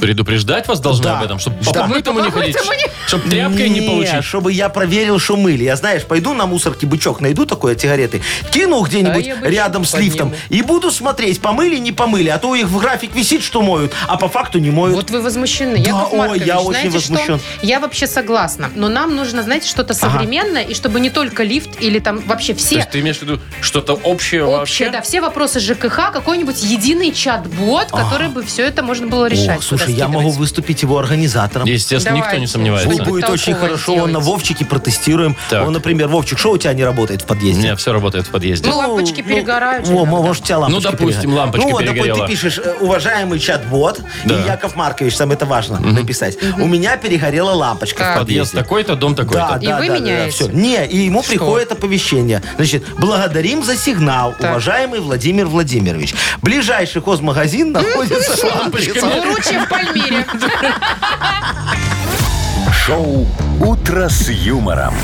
Предупреждать вас должны
Да.
об этом, чтобы
Чтобы
по помытому не
по
ходить.
помытому не-
Чтобы тряпкой не
Нет,
получить.
чтобы я проверил, что мыли. Я, знаешь, пойду на мусорке бычок, найду такое сигареты, кину где-нибудь
Да, я бычок
рядом с лифтом
подниму.
и буду смотреть, помыли, не помыли. А то у них в график висит, что моют, а по факту не моют.
Вот вы возмущены. Яков
ой,
Маркович,
я очень
знаете
возмущен.
что? Я вообще согласна. Но нам нужно, знаете, что-то современное, и чтобы не только лифт или там вообще
То
все
есть ты имеешь в виду что-то общее
общие,
вообще?
да, все вопросы ЖКХ, какой-нибудь единый чат-бот, который бы все это можно было решать.
О,
туда
слушай, я
скидывать.
могу выступить его организатором.
Естественно, никто не
Давайте.
Бу-
сомневается.
Что-нибудь
Ну, Будет очень
толковое
хорошо, он на
сделайте.
Вовчике протестируем.
Так.
Он, например, Вовчик, что у тебя не работает в
У
подъезде?
меня все работает в подъезде.
Ну, лампочки перегорают.
О,
иногда.
может, у тебя
Ну,
лампочка
допустим,
перегорела.
лампочка
Ну, вот, допустим,
перегорела.
ты пишешь, э, уважаемый чат-бот,
Да.
и Яков Маркович, там это важно написать. У меня перегорела лампочка
Так.
в
Подъезд
подъезде.
такой-то, дом
Да,
такой-то.
И
да,
вы
да, да,
меняете?
всё. Не, и ему приходит оповещение. Значит, благодарим за сигнал,
Так.
уважаемый Владимир Владимирович. Ближайший хозмагазин находится с
лампочками.
лампочкой.
Луручья в Пальмире.
Шоу «Утро с юмором».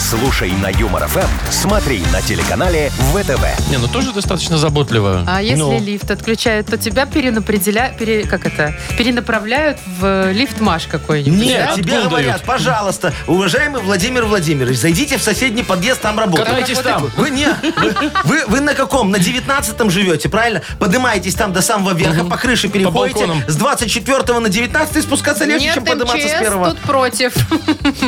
Слушай на Юмор ФМ, смотри на телеканале ВТВ.
Не, ну тоже достаточно заботливо.
А если
Ну.
лифт отключают, то тебя перенапределя... пере- как это? перенаправляют в э, лифт-маш какой-нибудь.
Нет,
да?
тебе
Отгул
говорят,
дают.
пожалуйста, уважаемый Владимир Владимирович, зайдите в соседний подъезд, там работает.
Катайтесь там.
Вы не, вы, вы- вы на каком? На 19 живете, правильно? Поднимаетесь там до самого верха, по крыше переходите.
балконам.
с 24 на 19 спускаться легче,
Нет,
чем подниматься с
МЧС
первого.
тут против.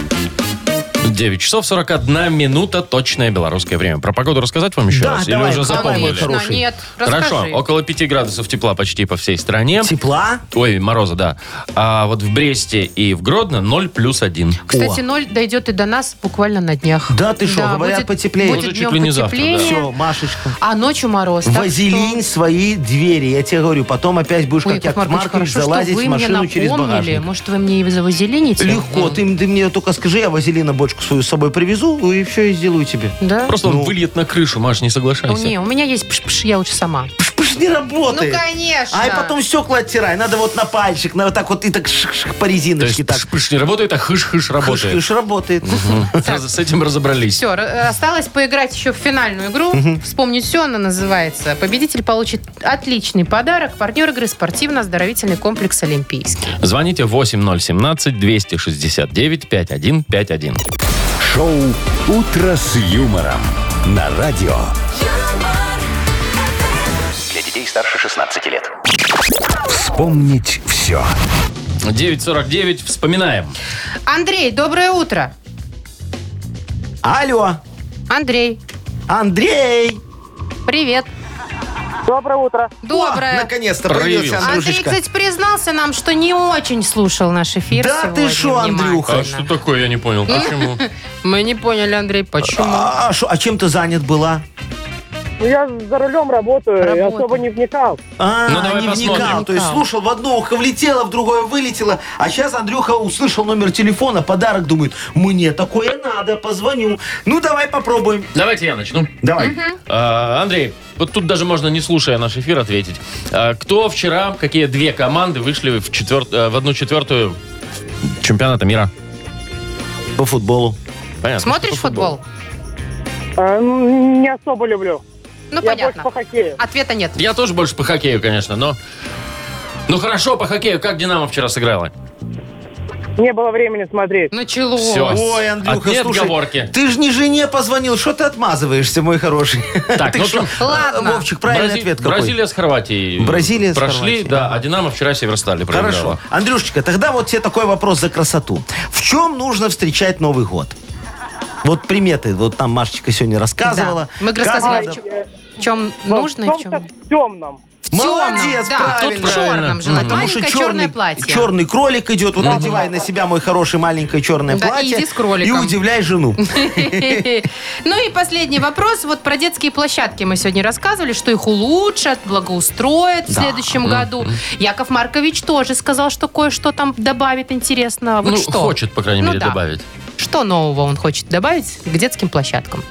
9 часов 41 минута, точное белорусское время. Про погоду рассказать вам еще
Да,
раз?
давай,
Или уже
давай,
запомнили?
мой хороший.
Нет,
Хорошо,
расскажи.
около 5 градусов тепла почти по всей стране.
Тепла?
Ой, мороза, да. А вот в Бресте и в Гродно 0 плюс 1.
Кстати, ноль дойдет и до нас буквально на днях.
Да ты шо, говорят, потеплеет.
Будет
Уже
днем
чуть ли не завтра, да.
потепление,
Все, Машечка.
а ночью мороз. так
Вазелинь
что-
свои двери. Я тебе говорю, потом опять будешь,
Ой,
как я
Яков Маркович,
Маркович,
хорошо,
залазить
что вы
в
мне
машину через
напомнили.
багажник.
Может, вы мне и завазелините?
Легко. Ты, ты мне только скажи, я вазелина бочку свою с собой привезу и все, и сделаю тебе.
Да?
Просто он выльет на крышу, Маш, не
Ну,
соглашайся.
не, у меня есть пш-пш, я лучше сама.
Пш-пш, не работает.
Ну, конечно.
А и потом стекла оттирай. Надо вот на пальчик, на вот так вот и так ших-ших по
То есть
резиночке так.
пш-пш не работает, а хыш-хыш работает.
Шиш работает.
Раз- С этим разобрались.
Все, осталось поиграть еще в финальную игру. Вспомнить все, она называется. Победитель получит отличный подарок. Партнер игры спортивно-оздоровительный комплекс «Олимпийский».
Звоните 8017-269-5151.
Шоу «Утро с юмором» на радио.
Для детей старше 16 лет.
Вспомнить все.
949, вспоминаем.
Андрей, доброе утро.
Алло,
Андрей,
Андрей!
привет.
Доброе утро.
Доброе.
А, Наконец-то
Проявился.
проявился
Андрей,
Андрюшечка.
А кстати, признался нам, что не очень слушал наш эфир
Да
сегодня
ты шо, Андрюха?
внимательно.
А что такое, я не понял. Почему?
Мы не поняли, Андрей, почему.
А, а шо- а чем ты занят была?
Ну, я за рулем работаю,
Работаю.
я особо не вникал.
А,
Ну, давай
не
посмотрим.
вникал. То есть
Вникал.
слушал, в одно ухо влетело, в другое вылетело. А сейчас Андрюха услышал номер телефона, подарок думает, мне такое надо, позвоню. Ну, давай попробуем.
Давайте я начну.
Давай.
А, Андрей, вот тут даже можно, не слушая наш эфир, ответить. А, Кто вчера, какие две команды вышли в, четвер- э, в одну четвертую чемпионата мира?
По футболу.
Понятно.
Смотришь
Что футбол?
футбол?
А, м, не особо люблю.
Ну,
я
понятно.
больше по хоккею.
Ответа нет.
Я тоже больше по хоккею, конечно, но... Ну хорошо, по хоккею. Как «Динамо» вчера сыграла?
Не было времени смотреть.
Началось.
Всё.
Ой, Андрюха,
Отнюдь
слушай,
отговорки.
ты же не жене позвонил, что ты отмазываешься, мой хороший?
Так,
Ты
ну
что, э,
что?
Ладно.
Вовчик, правильный
Брази-
ответ какой?
Бразилия с Хорватией.
Бразилия с
Прошли,
Хорватией.
да. А «Динамо» вчера Северстали проиграла.
Хорошо. Андрюшечка, тогда вот тебе такой вопрос за красоту. В чем нужно встречать Новый год? Вот приметы, вот там Машечка сегодня рассказывала.
Да. Мы
Как
рассказывали.
надо-
В чем нужно и в чем?
Солнце Ну, в темном.
В
Молодец,
да.
правильно.
В черном желательно.
Потому что
Маленькое черное
черный,
платье.
черный кролик идет. Вот надевай на себя, мой хороший, маленькое черное
Да, и
платье.
иди с кроликом.
и удивляй жену.
Ну и последний вопрос. Вот про детские площадки мы сегодня рассказывали, что их улучшат, благоустроят в следующем году. Яков Маркович тоже сказал, что кое-что там добавит
А
интересного. Вот
ну,
что?
хочет, по крайней
Ну
мере,
да.
добавить.
Что нового он хочет добавить к детским площадкам?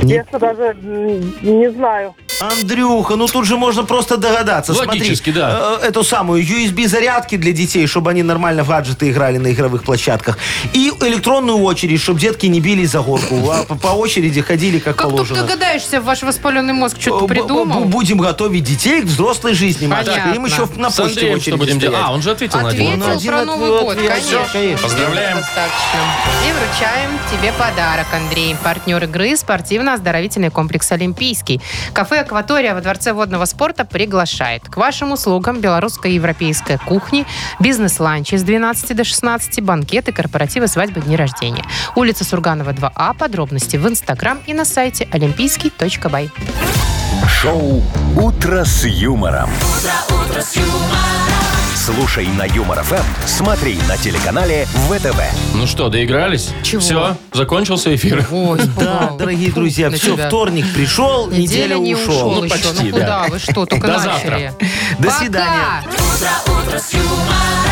Детство даже м, не знаю.
Андрюха, ну тут же можно просто догадаться.
Логически,
Смотри,
да.
э, эту самую USB-зарядки для детей, чтобы они нормально в гаджеты играли на игровых площадках. И электронную очередь, чтобы детки не бились за горку, а по- по очереди ходили как,
Как тут
положено. Э,
догадаешься, ваш воспаленный мозг
Б-
что-то
б- б-
придумал?
Будем готовить детей к взрослой жизни, Машечка. Им
Понятно.
еще на
С
почте в
Андреем
очереди
что будем делать?
стоять.
А, он же ответил, на один
Ответил
вопрос.
вопрос.
про
Один
Новый
ответ,
год,
ответ,
конечно.
всё, конечно.
Поздравляем.
Достаточно. И вручаем тебе подарок, Андрей. Партнер игры спортивно-оздоровительный комплекс «Олимпийский». Кафе «Акватория» во Дворце водного спорта приглашает. К вашим услугам белорусская и европейская кухни, бизнес-ланчи с 12 до 16, банкеты, корпоративы, свадьбы, дни рождения. Улица Сурганова, 2А. Подробности в Инстаграм и на сайте олимпийский.бай.
Шоу «Утро с юмором». Слушай на Юмор ФМ, смотри на телеканале ВТВ.
Ну что, доигрались?
Чего?
Все, закончился эфир.
Ой,
Да, дорогие друзья, все, вторник пришел, неделя,
не ушел.
ушел.
Ну,
еще.
почти,
ну куда
да.
вы что, только
До
начали.
До
Пока.
свидания.
Утро, утро с юмором.